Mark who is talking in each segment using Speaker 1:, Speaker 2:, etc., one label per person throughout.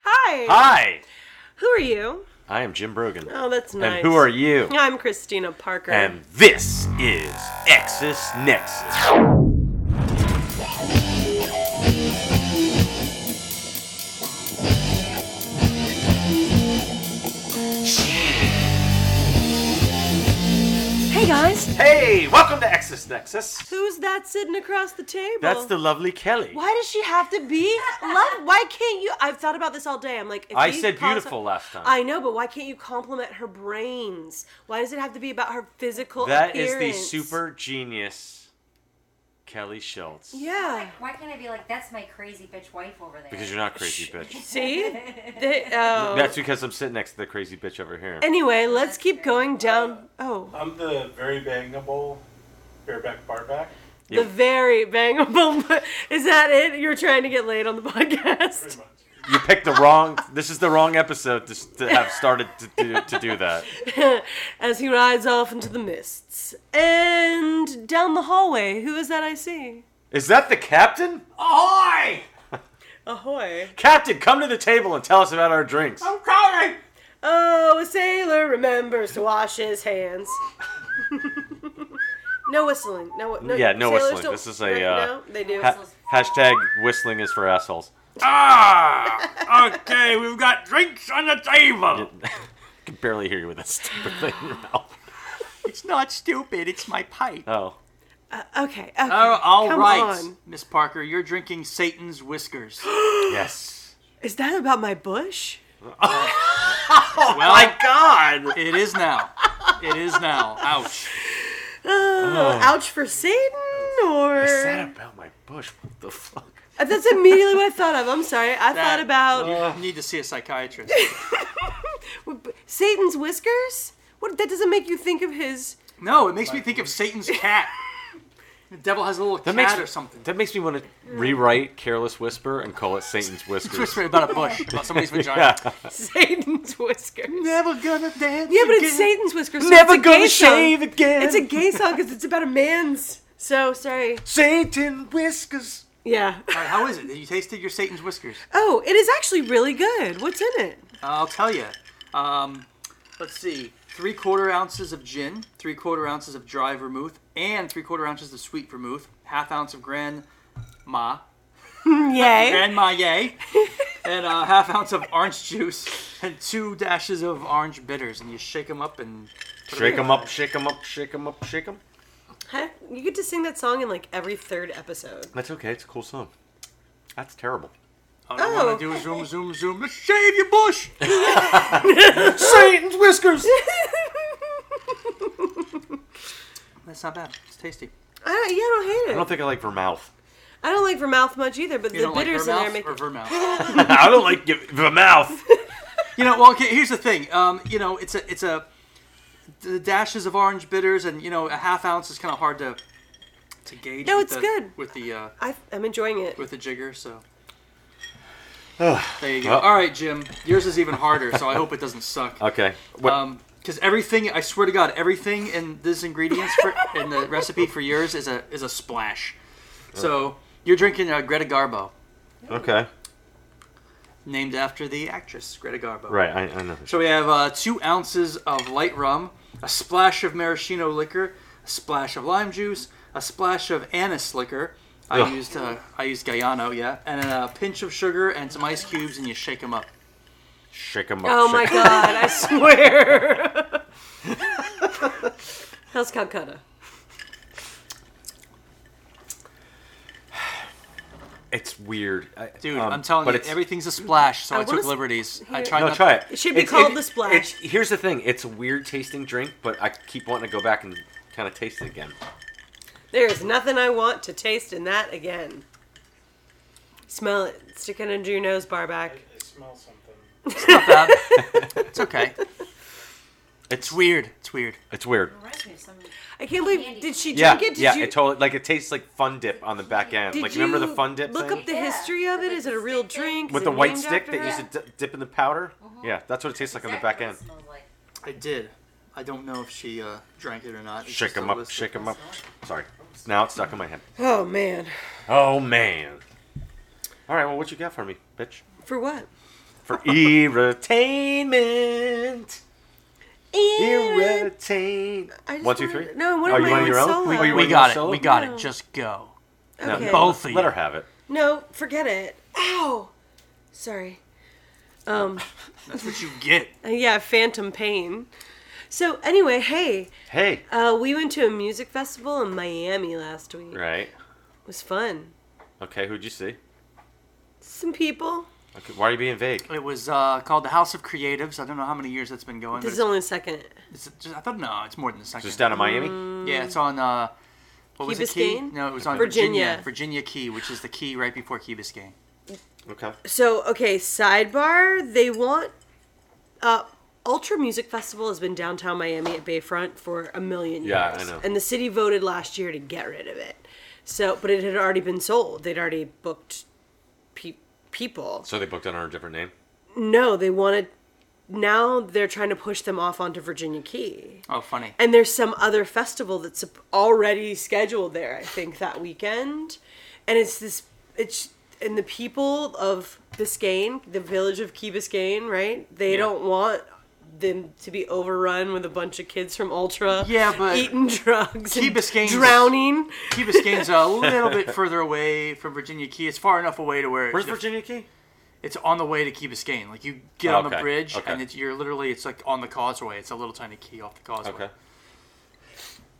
Speaker 1: Hi.
Speaker 2: Hi,
Speaker 1: Who are you?
Speaker 2: I am Jim Brogan.
Speaker 1: Oh, that's nice.
Speaker 2: And who are you?
Speaker 1: I'm Christina Parker.
Speaker 2: And this is Exus Nexus.
Speaker 1: hey guys.
Speaker 2: Hey, welcome to Exus Nexus.
Speaker 1: Who's that sitting across the table?
Speaker 2: That's the lovely Kelly.
Speaker 1: Why does she have to be love? Why can't you? I've thought about this all day. I'm like, if
Speaker 2: I
Speaker 1: these
Speaker 2: said
Speaker 1: cons-
Speaker 2: beautiful last time.
Speaker 1: I know, but why can't you compliment her brains? Why does it have to be about her physical
Speaker 2: That is
Speaker 1: appearance?
Speaker 2: the super genius Kelly Schultz.
Speaker 1: Yeah.
Speaker 3: Why can't I be like, that's my crazy bitch wife over there?
Speaker 2: Because you're not crazy bitch.
Speaker 1: See? They, oh.
Speaker 2: That's because I'm sitting next to the crazy bitch over here.
Speaker 1: anyway, let's keep going down. Oh,
Speaker 4: I'm the very bangable bareback barback.
Speaker 2: Yeah.
Speaker 1: the very bangable. Is that it? You're trying to get laid on the podcast.
Speaker 4: Pretty much.
Speaker 2: you picked the wrong. This is the wrong episode to, s- to have started to do, to do that.
Speaker 1: as he rides off into the mists. And down the hallway, who is that I see?
Speaker 2: Is that the captain?
Speaker 4: Ahoy!
Speaker 1: Ahoy.
Speaker 2: Captain, come to the table and tell us about our drinks.
Speaker 4: I'm coming!
Speaker 1: Oh, a sailor remembers to wash his hands. no whistling. No, no
Speaker 2: Yeah, no
Speaker 1: sailors
Speaker 2: whistling.
Speaker 1: don't-
Speaker 2: This is a,
Speaker 1: right,
Speaker 2: uh,
Speaker 1: no, they do.
Speaker 2: Ha- hashtag whistling is for assholes.
Speaker 4: Ah! Okay, we've got drinks on the table!
Speaker 2: I can barely hear you with that stupid thing in your mouth.
Speaker 5: It's not stupid, it's my pipe.
Speaker 2: Oh.
Speaker 1: okay, okay.
Speaker 5: Oh, all
Speaker 1: Come
Speaker 5: right,
Speaker 1: on.
Speaker 5: Miss Parker, you're drinking Satan's whiskers.
Speaker 2: Yes.
Speaker 1: Is that about my bush?
Speaker 5: Well,
Speaker 2: God!
Speaker 5: it is now. It is now. Ouch.
Speaker 1: Uh, Ouch for Satan, or
Speaker 2: Oh. Is that about my bush? What the fuck?
Speaker 1: Uh, that's immediately what I thought of. I'm sorry. I
Speaker 5: That-
Speaker 1: thought about
Speaker 4: Uh.
Speaker 5: You need to see a psychiatrist.
Speaker 1: Satan's whiskers. What? That doesn't make you think of his.
Speaker 5: No, it makes me think of Satan's cat. The devil has a little cat
Speaker 2: makes-
Speaker 5: or something.
Speaker 2: That makes me want to rewrite Careless Whisper and call it Satan's
Speaker 5: Twist
Speaker 2: Whiskers.
Speaker 5: me about a bush, about somebody's vagina.
Speaker 2: yeah.
Speaker 1: Satan's whiskers.
Speaker 5: Never gonna dance.
Speaker 1: Yeah, but it's
Speaker 5: again.
Speaker 1: Satan's whiskers. So
Speaker 2: Never
Speaker 1: it's a gay
Speaker 2: gonna
Speaker 1: song.
Speaker 2: shave again.
Speaker 1: It's a gay song because it's about a man's. So sorry.
Speaker 2: Satan Whiskers.
Speaker 1: Yeah.
Speaker 5: All right, how is it? You tasted your Satan's whiskers.
Speaker 1: Oh, it is actually really good. What's in it?
Speaker 5: I'll tell you. Um, let's see. Three quarter ounces of gin, three quarter ounces of dry vermouth, and three quarter ounces of sweet vermouth, half ounce of Grand Ma,
Speaker 1: Yay.
Speaker 5: Grand Marnier, and a half ounce of orange juice, and two dashes of orange bitters. And you shake them up and
Speaker 2: Shake 'em up, shake 'em up, shake 'em up, shake 'em.
Speaker 1: Huh? You get to sing that song in like every third episode.
Speaker 2: That's okay. It's a cool song. That's terrible.
Speaker 5: all I
Speaker 1: Oh,
Speaker 5: want to do is zoom, zoom, zoom. Let's shave your bush.
Speaker 2: Satan's Whiskers.
Speaker 5: That's not bad. It's tasty.
Speaker 1: I don't, yeah, I
Speaker 2: I
Speaker 1: don't hate
Speaker 2: don't
Speaker 1: it.
Speaker 2: think I like vermouth.
Speaker 1: I don't like vermouth much either, but
Speaker 5: You
Speaker 1: the
Speaker 5: don't like
Speaker 1: bitters in there
Speaker 5: vermouth
Speaker 1: make
Speaker 5: or
Speaker 1: it.
Speaker 5: vermouth?
Speaker 2: I don't like y- vermouth.
Speaker 5: You know, well, okay, here's the thing. Um, you know, it's a it's a the dashes of orange bitters, and you know, a half ounce is kind of hard to to gauge.
Speaker 1: No,
Speaker 5: with
Speaker 1: it's
Speaker 5: the,
Speaker 1: good.
Speaker 5: with the uh,
Speaker 1: I, I'm enjoying it.
Speaker 5: with the jigger. So there you go. All right, Jim, yours is even harder. So I hope it doesn't suck.
Speaker 2: Okay. What,
Speaker 5: Um, because everything, I swear to God, everything in this ingredients for, in the recipe for yours is a is a splash. So you're drinking uh, Greta Garbo,
Speaker 2: okay.
Speaker 5: named after the actress Greta Garbo.
Speaker 2: Right. I, I know.
Speaker 5: So we have uh, two ounces of light rum, a splash of maraschino liquor, a splash of lime juice, a splash of anise liquor. I
Speaker 2: Ugh.
Speaker 5: used uh, I used Guyano, yeah, and a pinch of sugar and some ice cubes, and you shake them up.
Speaker 2: Shake 'em up.
Speaker 1: Oh
Speaker 2: shake
Speaker 1: my
Speaker 2: 'em
Speaker 1: god, I swear. How's Calcutta?
Speaker 2: It's weird, I,
Speaker 5: Dude,
Speaker 2: um,
Speaker 5: I'm telling
Speaker 2: but
Speaker 5: you,
Speaker 2: it's-
Speaker 5: everything's a splash. So
Speaker 1: I
Speaker 5: I,
Speaker 1: wanna
Speaker 5: took
Speaker 1: s-
Speaker 5: liberties. I
Speaker 1: here-
Speaker 5: tried.
Speaker 2: No,
Speaker 5: not-
Speaker 2: try it.
Speaker 1: It should be called The Splash.
Speaker 2: it's- here's the thing: it's a weird tasting drink, but I keep wanting to go back and kind of taste it again.
Speaker 1: There is nothing I want to taste in that again. Smell it. Stick it under your nose, Barback.
Speaker 4: I smell something.
Speaker 5: Not bad. it's okay.
Speaker 2: It's weird.
Speaker 5: Weird. It's weird.
Speaker 2: It's weird.
Speaker 3: Reminds me of some-
Speaker 1: I can't believe. Did she
Speaker 2: Yeah,
Speaker 1: drink it? Did
Speaker 2: yeah.
Speaker 1: you,
Speaker 2: It totally like it tastes like Fun Dip on the back end.
Speaker 1: did
Speaker 2: like remember the
Speaker 1: you
Speaker 2: Fun Dip
Speaker 1: Look
Speaker 2: thing
Speaker 1: up the
Speaker 3: Yeah.
Speaker 1: history of it. Is it a real drink? Is
Speaker 2: with
Speaker 1: it
Speaker 2: the white
Speaker 1: named
Speaker 2: stick
Speaker 1: after Uh-huh.
Speaker 2: that you
Speaker 1: her?
Speaker 2: used to d- dip in the powder? Yeah, that's what it tastes like on the back
Speaker 3: Exactly
Speaker 2: end.
Speaker 3: what it smells like.
Speaker 5: I did. I don't know if she uh, drank it or not. It's
Speaker 2: Shake
Speaker 5: just a
Speaker 2: 'em up,
Speaker 5: list of-
Speaker 2: shake 'em up. Sorry, now it's stuck in my head.
Speaker 1: Oh man,
Speaker 2: Oh man. All right, well, what you got for me, bitch?
Speaker 1: for what?
Speaker 2: for entertainment. Irritate.
Speaker 1: I just
Speaker 2: One, two, three.
Speaker 1: wanted- no, I wanted
Speaker 2: oh, you
Speaker 1: my
Speaker 2: want
Speaker 1: own
Speaker 2: your own?
Speaker 1: solo.
Speaker 2: Oh, you
Speaker 1: We
Speaker 5: We
Speaker 2: want
Speaker 5: got
Speaker 2: your
Speaker 5: it.
Speaker 2: solo?
Speaker 5: We got
Speaker 1: No.
Speaker 5: it. Just go.
Speaker 1: Okay.
Speaker 5: Both of you.
Speaker 2: Let her have it.
Speaker 1: No, forget it. Ow. Sorry. Um. uh,
Speaker 5: That's what you get.
Speaker 1: Yeah, phantom pain. So anyway, hey,
Speaker 2: Hey.
Speaker 1: uh, we went to a music festival in Miami last week.
Speaker 2: Right.
Speaker 1: It was fun.
Speaker 2: Okay. Who'd you see?
Speaker 1: Some people.
Speaker 2: Okay, why are you being vague?
Speaker 5: It was uh, called the House of Creatives. I don't know how many years that's been going.
Speaker 1: This is
Speaker 5: but
Speaker 1: only the second.
Speaker 5: it's, it's just, I thought no, it's more than a second.
Speaker 2: Just down in Miami.
Speaker 1: Mm.
Speaker 5: Yeah, it's on. Uh, what was
Speaker 1: Key
Speaker 5: it? Key?
Speaker 1: Biscayne?
Speaker 5: No, it was on
Speaker 1: Virginia.
Speaker 5: Virginia. Virginia Key, which is the key right before Key Biscayne.
Speaker 2: Okay.
Speaker 1: So okay, sidebar. They want. Uh, Ultra Music Festival has been downtown Miami at Bayfront for a million years.
Speaker 2: Yeah, I know.
Speaker 1: And the city voted last year to get rid of it. So, but it had already been sold. They'd already booked pe- people.
Speaker 2: So they booked under a different name.
Speaker 1: No, they wanted. Now they're trying to push them off onto Virginia Key.
Speaker 5: Oh, funny.
Speaker 1: And there's some other festival that's already scheduled there, I think, that weekend. And it's this, it's, and the people of Biscayne, the village of Key Biscayne, right? They
Speaker 5: Yeah.
Speaker 1: don't want them to be overrun with a bunch of kids from Ultra.
Speaker 5: Yeah, but-
Speaker 1: Eating drugs.
Speaker 5: Key
Speaker 1: and
Speaker 5: Biscayne's-
Speaker 1: Drowning.
Speaker 5: Key Biscayne's a little bit further away from Virginia Key. It's far enough away to where
Speaker 2: Where's
Speaker 5: it's,
Speaker 2: Virginia Key?
Speaker 5: it's on the way to Key Biscayne. Like you get
Speaker 2: Oh,
Speaker 5: on the
Speaker 2: okay,
Speaker 5: bridge,
Speaker 2: okay.
Speaker 5: and it's, you're literally it's like on the causeway. It's a little tiny key off the causeway.
Speaker 2: Okay.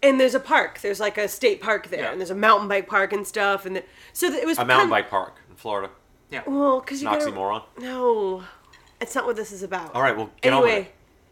Speaker 1: And there's a park. There's like a state park there.
Speaker 5: Yeah.
Speaker 1: And there's a mountain bike park and stuff. And the, so it was
Speaker 2: A
Speaker 1: kind
Speaker 2: mountain
Speaker 1: of-
Speaker 2: bike park in Florida.
Speaker 5: Yeah.
Speaker 1: Well, because
Speaker 2: An
Speaker 1: you gotta-
Speaker 2: oxymoron.
Speaker 1: No, it's not what this is about.
Speaker 2: All right, well, get on
Speaker 1: anyway,
Speaker 2: with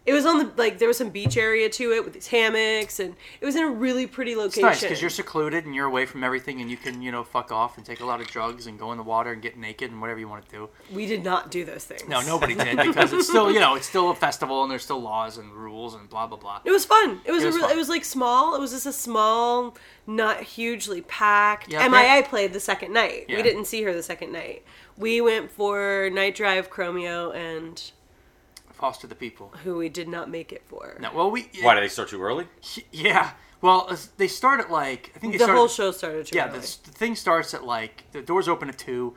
Speaker 1: it was on the like there was some beach area to it with these hammocks, and it was in a really pretty
Speaker 5: It's
Speaker 1: location.
Speaker 5: nice because you're secluded and you're away from everything, and you can you know fuck off and take a lot of drugs and go in the water and get naked and whatever you want to do.
Speaker 1: we did not do those things.
Speaker 5: No, nobody did because it's still you know it's still a festival and there's still laws and rules and blah blah blah.
Speaker 1: It was fun. It was,
Speaker 5: It was
Speaker 1: a real,
Speaker 5: fun.
Speaker 1: it was like small. It was just a small, not hugely packed.
Speaker 5: Yeah,
Speaker 1: MIA played the second night. We
Speaker 5: Yeah.
Speaker 1: didn't see her the second night. We went for Night Drive, Chromeo, and
Speaker 5: Foster the people.
Speaker 1: who we did not make it for.
Speaker 5: No, well we
Speaker 2: Why did they start too early?
Speaker 5: yeah. Well, it's- they start at like I think they
Speaker 1: the
Speaker 5: start
Speaker 1: whole
Speaker 5: at-
Speaker 1: show started. too
Speaker 5: Yeah,
Speaker 1: early.
Speaker 5: the, s- the thing starts at like the doors open at two.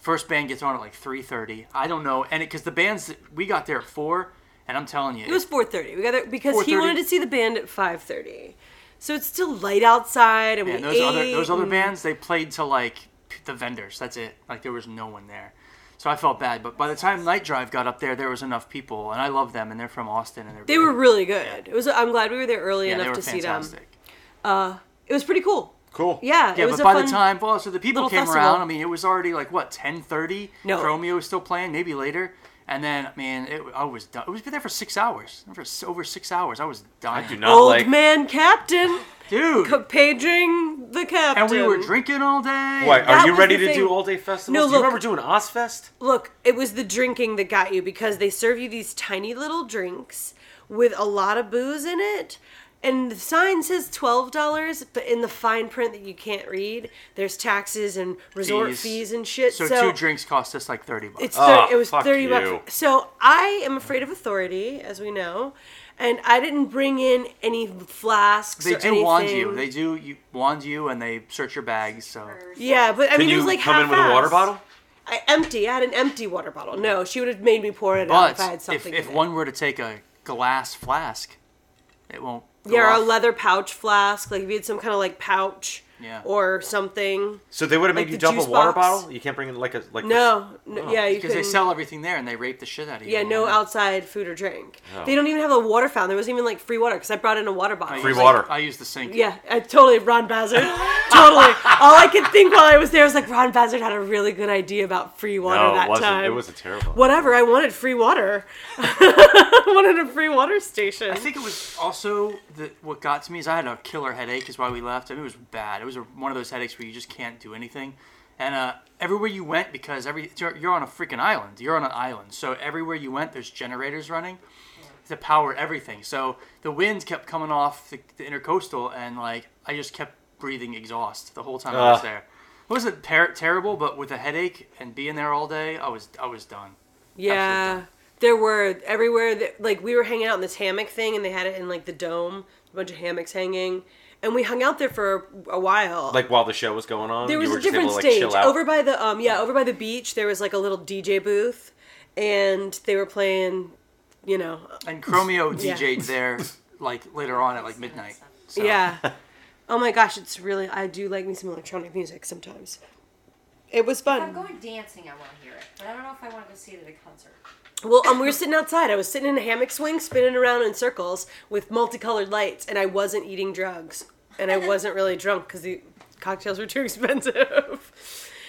Speaker 5: First band gets on at like three thirty. I don't know, and because the bands that- we got there at four, and I'm telling you,
Speaker 1: It was four thirty. We got there because he
Speaker 5: 4:30.
Speaker 1: wanted to see the band at five thirty. So it's still light outside, and we
Speaker 5: and those
Speaker 1: ate.
Speaker 5: other those other
Speaker 1: and-
Speaker 5: bands they played to like p- the vendors. That's it. Like there was no one there, so I felt bad. But by the time Night Drive got up there, there was enough people, and I love them, and they're from Austin, and they're
Speaker 1: They were really good. It was. I'm glad we were there early
Speaker 5: yeah, they
Speaker 1: enough to
Speaker 5: were
Speaker 1: see them.
Speaker 5: fantastic.
Speaker 1: It was pretty cool.
Speaker 2: Cool.
Speaker 1: Yeah.
Speaker 5: Yeah,
Speaker 1: it was
Speaker 5: but
Speaker 1: a
Speaker 5: by
Speaker 1: fun,
Speaker 5: the time well, so the people
Speaker 1: little
Speaker 5: came
Speaker 1: festival.
Speaker 5: around. I mean, it was already like what ten thirty.
Speaker 1: No.
Speaker 5: Romeo was still playing, maybe later. And then, man, it, I was done. It was been there for six hours. For s- over six hours, I was dying,
Speaker 2: I do not
Speaker 1: old
Speaker 2: like.
Speaker 1: man captain
Speaker 5: dude.
Speaker 1: ca- paging the captain.
Speaker 5: and we were drinking all day.
Speaker 2: Why
Speaker 1: That
Speaker 2: are you
Speaker 1: was
Speaker 2: ready
Speaker 1: the
Speaker 2: to
Speaker 1: thing.
Speaker 2: do all day festivals?
Speaker 1: No,
Speaker 2: do you
Speaker 1: look.
Speaker 2: remember doing Ozfest?
Speaker 1: Look, it was the drinking that got you because they serve you these tiny little drinks with a lot of booze in it. And the sign says twelve dollars, but in the fine print that you can't read, there's taxes and resort fees,
Speaker 5: Fees.
Speaker 1: and shit.
Speaker 5: So,
Speaker 1: So,
Speaker 5: two drinks cost us like thirty bucks.
Speaker 1: it's thir-
Speaker 2: Ah,
Speaker 1: it was
Speaker 2: fuck
Speaker 1: thirty
Speaker 2: you.
Speaker 1: bucks. So I am afraid of authority, as we know, and I didn't bring in any flasks.
Speaker 5: they
Speaker 1: or
Speaker 5: do wand you.
Speaker 1: anything.
Speaker 5: They do you, wand you, and they search your bags. So
Speaker 1: yeah, but I
Speaker 2: Can
Speaker 1: mean, it
Speaker 2: you
Speaker 1: was like
Speaker 2: come in with a water
Speaker 1: half-assed.
Speaker 2: bottle?
Speaker 1: I empty. I had an empty water bottle. No, she would have made me pour it out
Speaker 5: But
Speaker 1: if I had
Speaker 5: if,
Speaker 1: something.
Speaker 5: if
Speaker 1: in it.
Speaker 5: one were to take a glass flask, it won't. go
Speaker 1: Yeah, or a
Speaker 5: off.
Speaker 1: leather pouch flask. Like if you had some kind of like pouch
Speaker 5: Yeah.
Speaker 1: or something.
Speaker 2: So they would have made
Speaker 1: Like
Speaker 2: you
Speaker 1: the
Speaker 2: dump a
Speaker 1: juice
Speaker 2: water
Speaker 1: box?
Speaker 2: bottle. You can't bring in like a like.
Speaker 1: No, no yeah, you
Speaker 5: because
Speaker 1: could.
Speaker 5: they sell everything there and they rape the shit out of you.
Speaker 1: yeah, no
Speaker 5: man.
Speaker 1: outside food or drink. They don't even have a water fountain. There wasn't even like free water because I brought in a water bottle.
Speaker 5: I
Speaker 2: Free
Speaker 5: use,
Speaker 2: water.
Speaker 5: I use the sink.
Speaker 1: Yeah, I totally Ron Bazard. totally. All I could think while I was there was like Ron Bazard had a really good idea about free water
Speaker 2: No, it
Speaker 1: that
Speaker 2: wasn't.
Speaker 1: time.
Speaker 2: It was a terrible.
Speaker 1: Whatever, I wanted free water. I wanted a free water station.
Speaker 5: I think it was also the, what got to me is I had a killer headache, is why we left. I mean, it was bad. It was a, one of those headaches where you just can't do anything. And uh, everywhere you went, because every you're, you're on a freaking island, you're on an island. So everywhere you went, there's generators running to power everything. So the winds kept coming off the, the intercoastal, and like I just kept breathing exhaust the whole time I was
Speaker 2: Ugh.
Speaker 5: there. It wasn't ter- terrible, but with a headache and being there all day, I was I was done.
Speaker 1: Yeah, there were everywhere. That, like we were hanging out in this hammock thing, and they had it in like the dome, a bunch of hammocks hanging, and we hung out there for a, a while.
Speaker 2: Like while the show was going on,
Speaker 1: there was
Speaker 2: you were
Speaker 1: a different
Speaker 2: just able to, like,
Speaker 1: stage
Speaker 2: chill out.
Speaker 1: over by the um yeah over by the beach. There was like a little DJ booth, and they were playing, you know,
Speaker 5: And Chromeo
Speaker 1: Yeah.
Speaker 5: DJ'd there like later on at like midnight. So.
Speaker 1: yeah. Oh my gosh, it's really I do like me some electronic music sometimes. It was
Speaker 3: If I'm
Speaker 1: fun.
Speaker 3: going dancing, I want to hear it, but I don't know if I want to go see it at a concert.
Speaker 1: Well, um, we were sitting outside. I was sitting in a hammock swing, spinning around in circles with multicolored lights, and I wasn't eating drugs, and I wasn't really drunk because the cocktails were too expensive.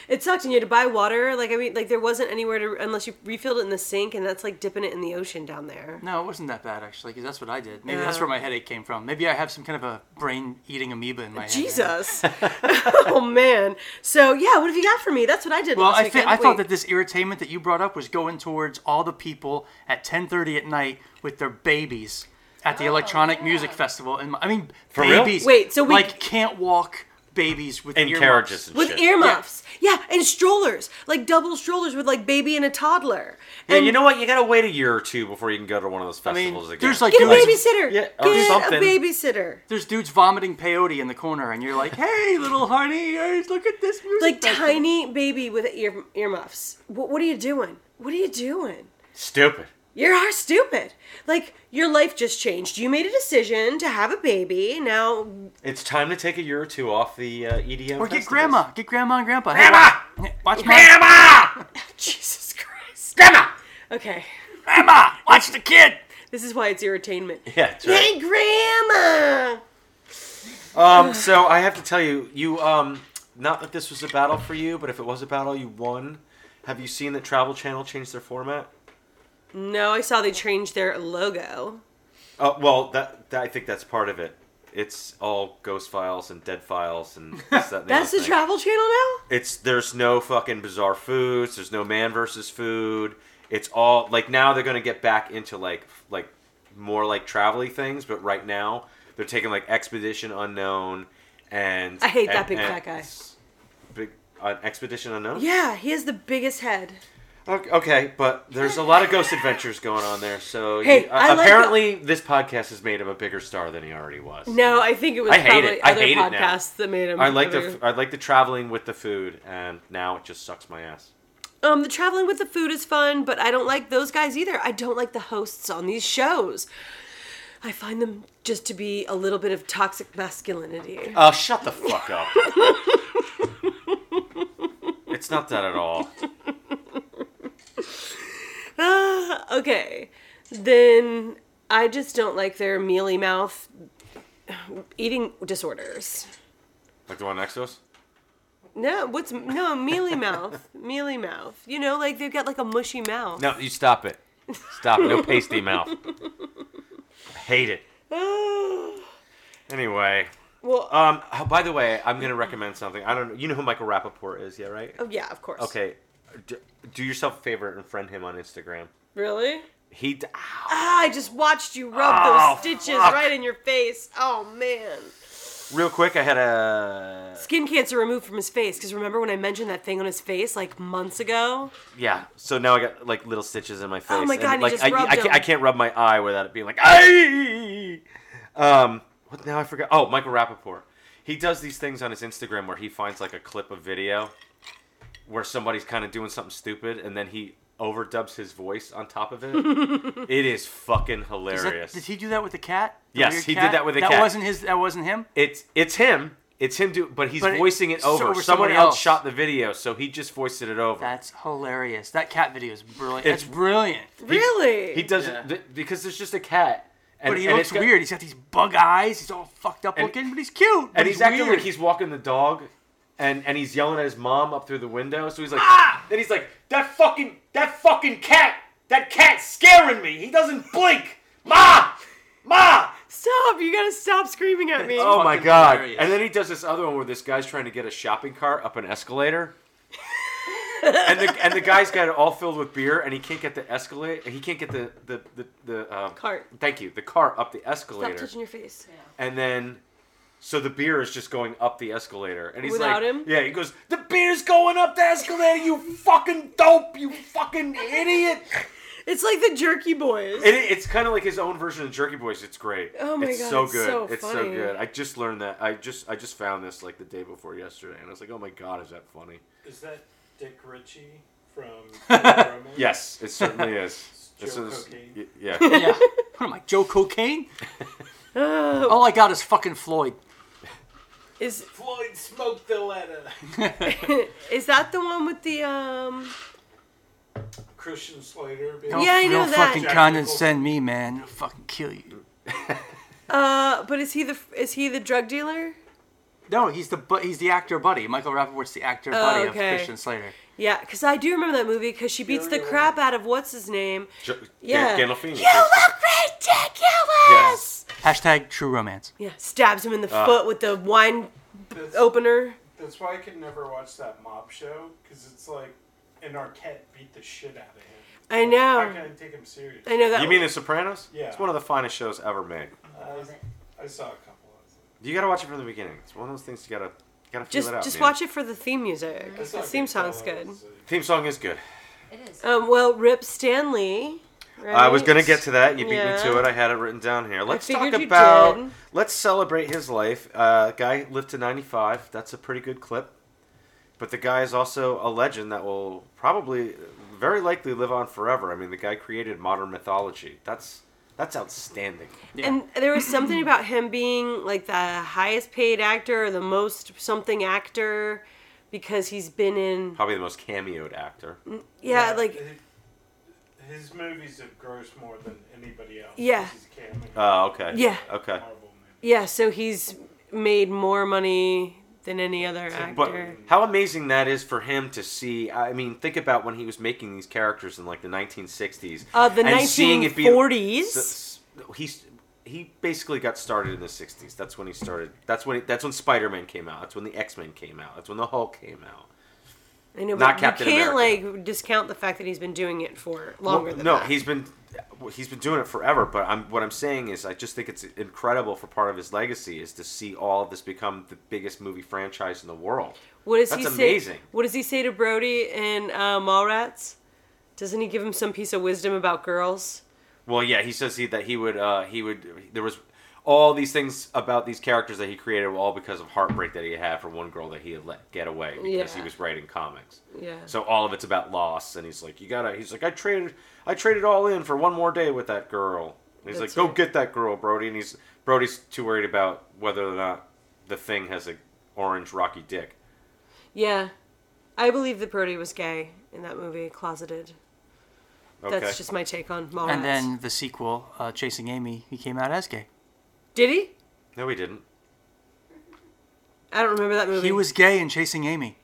Speaker 1: It sucked, and you had to buy water. Like I mean, like there wasn't anywhere to unless you refilled it in the sink, and that's like dipping it in the ocean down there.
Speaker 5: No, it wasn't that bad actually, because that's what I did. Maybe that's
Speaker 1: Yeah.
Speaker 5: where my headache came from. Maybe I have some kind of a brain eating amoeba in my head.
Speaker 1: Jesus. oh man. So yeah, what have you got for me? That's what I did.
Speaker 5: Well,
Speaker 1: last
Speaker 5: I, thi-
Speaker 1: weekend.
Speaker 5: I
Speaker 1: Wait.
Speaker 5: thought that this irritatement that you brought up was going towards all the people at 10:30 at night with their babies at the electronic
Speaker 3: yeah.
Speaker 5: music festival, and I mean
Speaker 2: For real?
Speaker 5: babies.
Speaker 1: Oh, Wait, so we-
Speaker 5: like can't walk babies with
Speaker 2: And
Speaker 5: earmuffs.
Speaker 2: carriages and
Speaker 1: with
Speaker 2: shit.
Speaker 1: earmuffs. Yeah. and strollers, like double strollers with like baby and a toddler.
Speaker 2: Yeah,
Speaker 1: and
Speaker 2: you know what? You gotta wait a year or two before you can go to one of those
Speaker 5: I mean,
Speaker 2: festivals again.
Speaker 5: there's like
Speaker 1: Get a
Speaker 5: dudes,
Speaker 1: babysitter.
Speaker 2: Yeah, or
Speaker 1: Get
Speaker 2: something.
Speaker 1: a babysitter.
Speaker 5: there's dudes vomiting peyote in the corner, and you're like, hey, little honey, guys, look at this music.
Speaker 1: Like
Speaker 5: festival."
Speaker 1: tiny baby with ear earmuffs. What, what are you doing? What are you doing?
Speaker 2: stupid.
Speaker 1: You are stupid. Like your life just changed. You made a decision to have a baby. Now,
Speaker 2: It's time to take a year or two off the uh, EDM.
Speaker 5: Or get
Speaker 2: festivals.
Speaker 5: grandma, get grandma and grandpa. Hey,
Speaker 4: Grandma!
Speaker 5: watch, watch my
Speaker 4: Grandma!
Speaker 1: Jesus Christ.
Speaker 4: Grandma!
Speaker 1: Okay,
Speaker 4: Grandma! Watch the kid!
Speaker 1: this is why it's irritainment.
Speaker 2: Yeah, that's right.
Speaker 1: Hey, Grandma.
Speaker 2: Um, so I have to tell you, you um, not that this was a battle for you, but if it was a battle, you won. Have you seen that Travel Channel changed their format?
Speaker 1: No, I saw they changed their logo.
Speaker 2: Uh, well, that, that I think that's part of it. It's all ghost files and dead files and this, that,
Speaker 1: That's
Speaker 2: and the
Speaker 1: the
Speaker 2: other thing.
Speaker 1: Travel Channel now.
Speaker 2: It's there's no fucking bizarre foods. There's no man versus food. It's all like now they're gonna get back into like like more like travel things, but right now they're taking like Expedition Unknown and
Speaker 1: I hate that
Speaker 2: and-
Speaker 1: big
Speaker 2: and-
Speaker 1: fat guy.
Speaker 2: Big uh, Expedition Unknown.
Speaker 1: Yeah, he has the biggest head.
Speaker 2: Okay, okay, but there's a lot of ghost adventures going on there. So you-
Speaker 1: Hey,
Speaker 2: uh,
Speaker 1: I like the-
Speaker 2: apparently this podcast has made him a bigger star than he already was.
Speaker 1: No, I think it was
Speaker 2: I hate
Speaker 1: probably
Speaker 2: it. I
Speaker 1: other
Speaker 2: hate it now.
Speaker 1: podcasts that made him.
Speaker 2: I like
Speaker 1: bigger.
Speaker 2: the I like the traveling with the food, and now it just sucks my ass.
Speaker 1: Um, the traveling with the food is fun, but I don't like those guys either. I don't like the hosts on these shows. I find them just to be a little bit of toxic masculinity.
Speaker 2: Oh, shut the fuck up. it's not that at all.
Speaker 1: Ah, okay, then I just don't like their mealy mouth eating disorders.
Speaker 2: Like the one next to us.
Speaker 1: No, what's no mealy mouth, mealy mouth. You know, like they've got like a mushy mouth.
Speaker 2: No, you stop it. Stop. it. No pasty mouth. I hate it.
Speaker 1: Ah,
Speaker 2: Anyway.
Speaker 1: well,
Speaker 2: Um. oh, By the way, I'm gonna recommend something. I don't know. You know who Michael Rappaport is, yeah, right?
Speaker 1: oh, yeah, of course.
Speaker 2: Okay. D- do yourself a favor and friend him on Instagram.
Speaker 1: Really?
Speaker 2: He. D- ow.
Speaker 1: Ah, I just watched you rub
Speaker 4: Oh,
Speaker 1: those stitches
Speaker 4: fuck.
Speaker 1: right in your face. Oh man.
Speaker 2: Real quick, I had a.
Speaker 1: Skin cancer removed from his face because remember when I mentioned that thing on his face like months ago?
Speaker 2: Yeah. So now I got like little stitches in my face.
Speaker 1: Oh my God,
Speaker 2: And,
Speaker 1: you
Speaker 2: like
Speaker 1: just
Speaker 2: I,
Speaker 1: rubbed
Speaker 2: I, can't,
Speaker 1: them.
Speaker 2: I can't rub my eye without it being like. Ay! Um. What now? I forgot. Oh, Michael Rappaport. He does these things on his Instagram where he finds like a clip of video where somebody's kind of doing something stupid, and then he overdubs his voice on top of it. it is fucking
Speaker 5: Is that-
Speaker 2: hilarious.
Speaker 5: did he do that with the cat? The
Speaker 2: Yes,
Speaker 5: weird
Speaker 2: he did
Speaker 5: cat?
Speaker 2: that with a
Speaker 5: that
Speaker 2: cat.
Speaker 5: wasn't his. That wasn't him.
Speaker 2: it's it's him. It's him do, but he's
Speaker 5: But it-
Speaker 2: voicing it
Speaker 5: so-
Speaker 2: over.
Speaker 5: over
Speaker 2: Someone
Speaker 5: somebody
Speaker 2: else
Speaker 5: else.
Speaker 2: shot the video, so he just voiced it over.
Speaker 5: That's hilarious. That cat video is brilliant.
Speaker 2: It's-
Speaker 5: It's brilliant.
Speaker 2: He-
Speaker 1: really?
Speaker 2: He doesn't
Speaker 5: Yeah.
Speaker 2: th- because there's just a cat. And,
Speaker 5: But he
Speaker 2: and
Speaker 5: looks
Speaker 2: it's got-
Speaker 5: weird. he's got these bug eyes. He's all fucked up
Speaker 2: And-
Speaker 5: looking, but he's cute. but
Speaker 2: and he's, acting
Speaker 5: weird.
Speaker 2: like he's walking the dog, and and he's yelling at his mom up through the window. So he's like,
Speaker 4: Ah!
Speaker 2: then he's like,
Speaker 4: That fucking, that fucking cat! That cat's scaring me! He doesn't blink! Ma! Ma!
Speaker 1: Stop! You gotta stop screaming at me.
Speaker 2: oh my
Speaker 5: fucking
Speaker 2: god!
Speaker 5: hilarious.
Speaker 2: And then he does this other one where this guy's trying to get a shopping cart up an escalator. and the and the guy's got it all filled with beer, and he can't get the escalator. He can't get the the the, the um,
Speaker 1: Cart.
Speaker 2: Thank you, the cart up the
Speaker 1: Stop
Speaker 2: escalator.
Speaker 1: touching your face.
Speaker 2: and then so the beer is just going up the escalator and he's
Speaker 1: Without
Speaker 2: like
Speaker 1: him?
Speaker 2: yeah he goes the beer's going up the escalator you fucking dope you fucking idiot
Speaker 1: It's like the Jerky Boys.
Speaker 2: it, it's kind of like his own version of jerky boys it's great
Speaker 1: Oh my
Speaker 2: it's
Speaker 1: God,
Speaker 2: so
Speaker 1: it's
Speaker 2: good
Speaker 1: so
Speaker 2: it's so
Speaker 1: funny.
Speaker 2: good i just learned that i just i just found this like the day before yesterday and i was like oh my god is that funny
Speaker 6: Is that Dick Ritchie from Panorama.
Speaker 2: Yes, it certainly is.
Speaker 6: Joe
Speaker 2: This is
Speaker 6: Cocaine.
Speaker 2: y- yeah.
Speaker 5: Yeah. What am I, Joe Cocaine? All I got is fucking Floyd.
Speaker 1: Oh, Is
Speaker 6: Floyd smoked the letter.
Speaker 1: is that the one with the um?
Speaker 6: Christian Slater. baby.
Speaker 1: Yeah, I know
Speaker 5: Don't
Speaker 1: that.
Speaker 5: fucking
Speaker 6: Jack
Speaker 5: condescend me, man. I'll fucking kill you.
Speaker 1: Uh, but is he the is he the drug dealer?
Speaker 5: No, he's the bu- he's the actor buddy. Michael Rappaport's the actor buddy
Speaker 1: Oh, okay.
Speaker 5: of Christian Slater.
Speaker 1: Yeah, because I do remember that movie because she beats the
Speaker 6: Gary
Speaker 1: crap out of what's his name.
Speaker 2: Jo-
Speaker 1: Yeah.
Speaker 2: Gan- Gandolfini.
Speaker 1: ridiculous.
Speaker 5: Hashtag true romance.
Speaker 1: Yeah, stabs him in
Speaker 2: Uh.
Speaker 1: the foot with the wine
Speaker 6: That's,
Speaker 1: opener.
Speaker 6: that's why I could never watch that mob show because it's like an Arquette beat the shit out of him.
Speaker 1: I
Speaker 6: How
Speaker 1: know.
Speaker 6: can I take him serious?
Speaker 1: I know that.
Speaker 2: You mean The Sopranos?
Speaker 6: Yeah.
Speaker 2: It's one of the finest shows ever made.
Speaker 6: I, I saw a couple. I was like,
Speaker 2: You gotta watch it from the beginning. It's one of those things you gotta you gotta feel
Speaker 1: just
Speaker 2: it out.
Speaker 1: just
Speaker 2: man.
Speaker 1: watch it for the theme music.
Speaker 6: I saw
Speaker 1: The
Speaker 6: a
Speaker 1: theme
Speaker 6: good fellow,
Speaker 1: song's
Speaker 6: I
Speaker 1: good.
Speaker 6: was like,
Speaker 2: Theme song is good.
Speaker 3: It is.
Speaker 1: Um, well, Rip Stanley. Right?
Speaker 2: I was gonna get to that. You beat me
Speaker 1: Yeah.
Speaker 2: to it. I had it written down here. Let's talk
Speaker 1: figured you
Speaker 2: about.
Speaker 1: did.
Speaker 2: Let's celebrate his life. Uh, guy lived to ninety-five. That's a pretty good clip. But the guy is also a legend that will probably, very likely, live on forever. I mean, the guy created modern mythology. That's that's outstanding.
Speaker 5: Yeah.
Speaker 1: And there was something about him being like the highest paid actor or the most something actor because he's been in
Speaker 2: Probably the most cameoed actor.
Speaker 1: Mm-hmm. yeah, like
Speaker 6: hi- his movies have grossed more than anybody else.
Speaker 1: Yeah.
Speaker 6: He's a cameo.
Speaker 2: Oh, okay.
Speaker 1: Yeah.
Speaker 2: Okay.
Speaker 6: Marvel movie.
Speaker 1: yeah, so he's made more money than any other actor.
Speaker 2: But how amazing that is for him to see. I mean, think about when he was making these characters in like the 1960s.
Speaker 1: Uh, the
Speaker 2: and seeing it be-
Speaker 1: 1940s?
Speaker 2: S- s- He's he basically got started in the 60s. That's when he started. That's when that's when Spider-Man came out. That's when the X-Men came out. That's when the Hulk came out.
Speaker 1: I know, but
Speaker 2: not
Speaker 1: you
Speaker 2: Captain
Speaker 1: can't
Speaker 2: America.
Speaker 1: like discount the fact that he's been doing it for longer
Speaker 2: Well,
Speaker 1: than
Speaker 2: no,
Speaker 1: that.
Speaker 2: he's been well, he's been doing it forever. But I'm what I'm saying is, I just think it's incredible for part of his legacy is to see all of this become the biggest movie franchise in the world.
Speaker 1: What does he
Speaker 2: That's
Speaker 1: say?
Speaker 2: amazing.
Speaker 1: What does he say to Brody in uh, Mallrats? Doesn't he give him some piece of wisdom about girls?
Speaker 2: Well, yeah, he says he, that he would uh, he would there was all these things about these characters that he created were all because of heartbreak that he had for one girl that he had let get away because he
Speaker 1: Yeah.
Speaker 2: was writing comics.
Speaker 1: Yeah.
Speaker 2: So all of it's about loss, and he's like, you gotta. He's like, I traded I traded all in for one more day with that girl. And he's
Speaker 1: That's
Speaker 2: like, go
Speaker 1: right.
Speaker 2: get that girl, Brody. And he's Brody's too worried about whether or not the thing has a orange rocky dick.
Speaker 1: Yeah. I believe that Brody was gay in that movie, closeted.
Speaker 2: Okay.
Speaker 1: That's just my take on Mallrats.
Speaker 5: And then the sequel, uh, Chasing Amy, he came out as gay.
Speaker 1: did he?
Speaker 2: no, he didn't.
Speaker 1: I don't remember that movie.
Speaker 5: He was gay in Chasing Amy.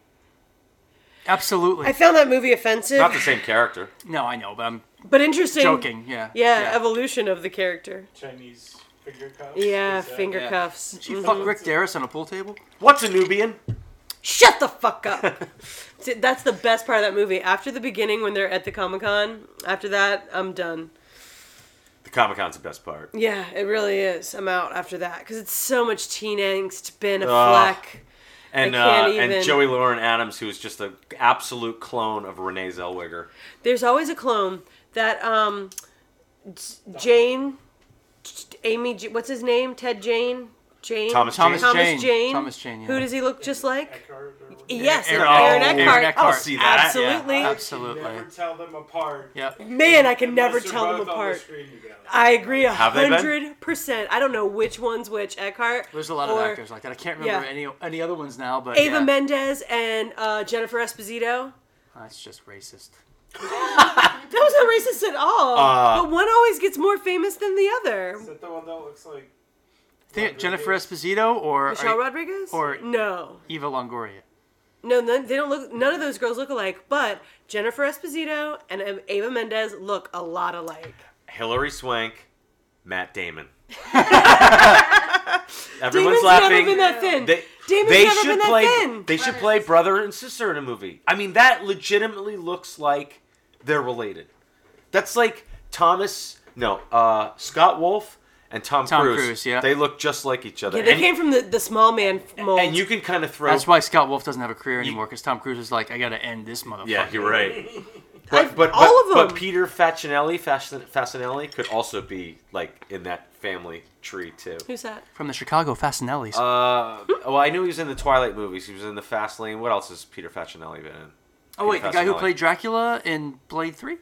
Speaker 5: Absolutely.
Speaker 1: I found that movie offensive,
Speaker 2: Not the same character.
Speaker 5: no, I know, but I'm
Speaker 1: but interesting.
Speaker 5: joking. Yeah.
Speaker 1: Yeah, evolution of the character.
Speaker 6: Chinese finger cuffs.
Speaker 1: Yeah,
Speaker 6: Is that-
Speaker 1: finger
Speaker 5: yeah.
Speaker 1: cuffs.
Speaker 5: She fucked Rick Darris on a pool table.
Speaker 2: What's a Nubian?
Speaker 1: Shut the fuck up. See, That's the best part of that movie. After the beginning, when they're at the Comic Con, after that, I'm done.
Speaker 2: The Comic Con's the best part.
Speaker 1: Yeah, it really is. I'm out after that because it's so much teen angst. Ben
Speaker 2: Ugh.
Speaker 1: Affleck.
Speaker 2: and
Speaker 1: I can't
Speaker 2: uh,
Speaker 1: even.
Speaker 2: and Joey Lauren Adams, who is just an absolute clone of Renee Zellweger.
Speaker 1: There's always a clone that um, J- Jane, J- Amy. J- What's his name? Ted Jane. Jane.
Speaker 2: Thomas
Speaker 5: Thomas
Speaker 2: Jane.
Speaker 5: Jane.
Speaker 1: Thomas Jane.
Speaker 5: Thomas Jane, yeah.
Speaker 1: Who does he look just like?
Speaker 6: Eckhart or whatever.
Speaker 1: Yes,
Speaker 5: Aaron-
Speaker 1: Aaron,
Speaker 2: oh,
Speaker 1: Eckhart.
Speaker 5: Aaron Eckhart.
Speaker 2: I'll see that.
Speaker 1: Absolutely.
Speaker 5: Yeah.
Speaker 6: Never
Speaker 5: Absolutely.
Speaker 6: tell them apart.
Speaker 5: Yep.
Speaker 1: Man, I can never
Speaker 6: Unless they're
Speaker 1: tell them
Speaker 6: both on the
Speaker 1: apart.
Speaker 6: screen together.
Speaker 1: I agree a
Speaker 2: Have they been?
Speaker 1: hundred percent. I don't know which one's which. Eckhart.
Speaker 5: There's a lot of
Speaker 1: or
Speaker 5: actors like that. I can't remember
Speaker 1: yeah.
Speaker 5: any any other ones now, but
Speaker 1: Ava
Speaker 5: yeah.
Speaker 1: Mendez and uh, Jennifer Esposito.
Speaker 5: That's uh, just racist.
Speaker 1: That was not racist at all.
Speaker 2: Uh,
Speaker 1: but one always gets more famous than the other.
Speaker 6: Is that the one that looks like
Speaker 5: I think Jennifer Esposito or
Speaker 1: Michelle
Speaker 5: or
Speaker 1: Rodriguez?
Speaker 5: or-
Speaker 1: no,
Speaker 5: Eva Longoria.
Speaker 1: no, none, they don't look. None of those girls look alike. But Jennifer Esposito and um, Ava Mendez look a lot alike.
Speaker 2: Hillary Swank, Matt Damon.
Speaker 1: Damon's
Speaker 2: Everyone's laughing.
Speaker 1: never been that thin.
Speaker 2: they
Speaker 1: Damon's
Speaker 2: they
Speaker 1: never
Speaker 2: should
Speaker 1: been that
Speaker 2: play.
Speaker 1: thin.
Speaker 2: They should play brother and sister in a movie. I mean, that legitimately looks like they're related. That's like Thomas, no, uh, Scott Wolf and Tom,
Speaker 5: Tom
Speaker 2: Cruise.
Speaker 5: Cruise, yeah.
Speaker 2: they look just like each other.
Speaker 1: yeah, they
Speaker 2: and,
Speaker 1: came from the, the small man mold.
Speaker 2: and you can kind of throw.
Speaker 5: That's why Scott Wolf doesn't have a career anymore because Tom Cruise is like, I gotta end this motherfucker.
Speaker 2: Yeah, you're right.
Speaker 1: I've-
Speaker 2: But, but
Speaker 1: all
Speaker 2: but-
Speaker 1: of 'em.
Speaker 2: But Peter Facinelli, Fascin- Facinelli could also be like in that family tree too.
Speaker 1: Who's that?
Speaker 5: From the Chicago Fasinellis.
Speaker 2: Uh, well, I knew he was in the Twilight movies. He was in the Fast Lane. What else has Peter Facinelli been in?
Speaker 5: Oh wait, the
Speaker 2: Peter
Speaker 5: guy who
Speaker 2: Facinelli.
Speaker 5: played Dracula in Blade Three.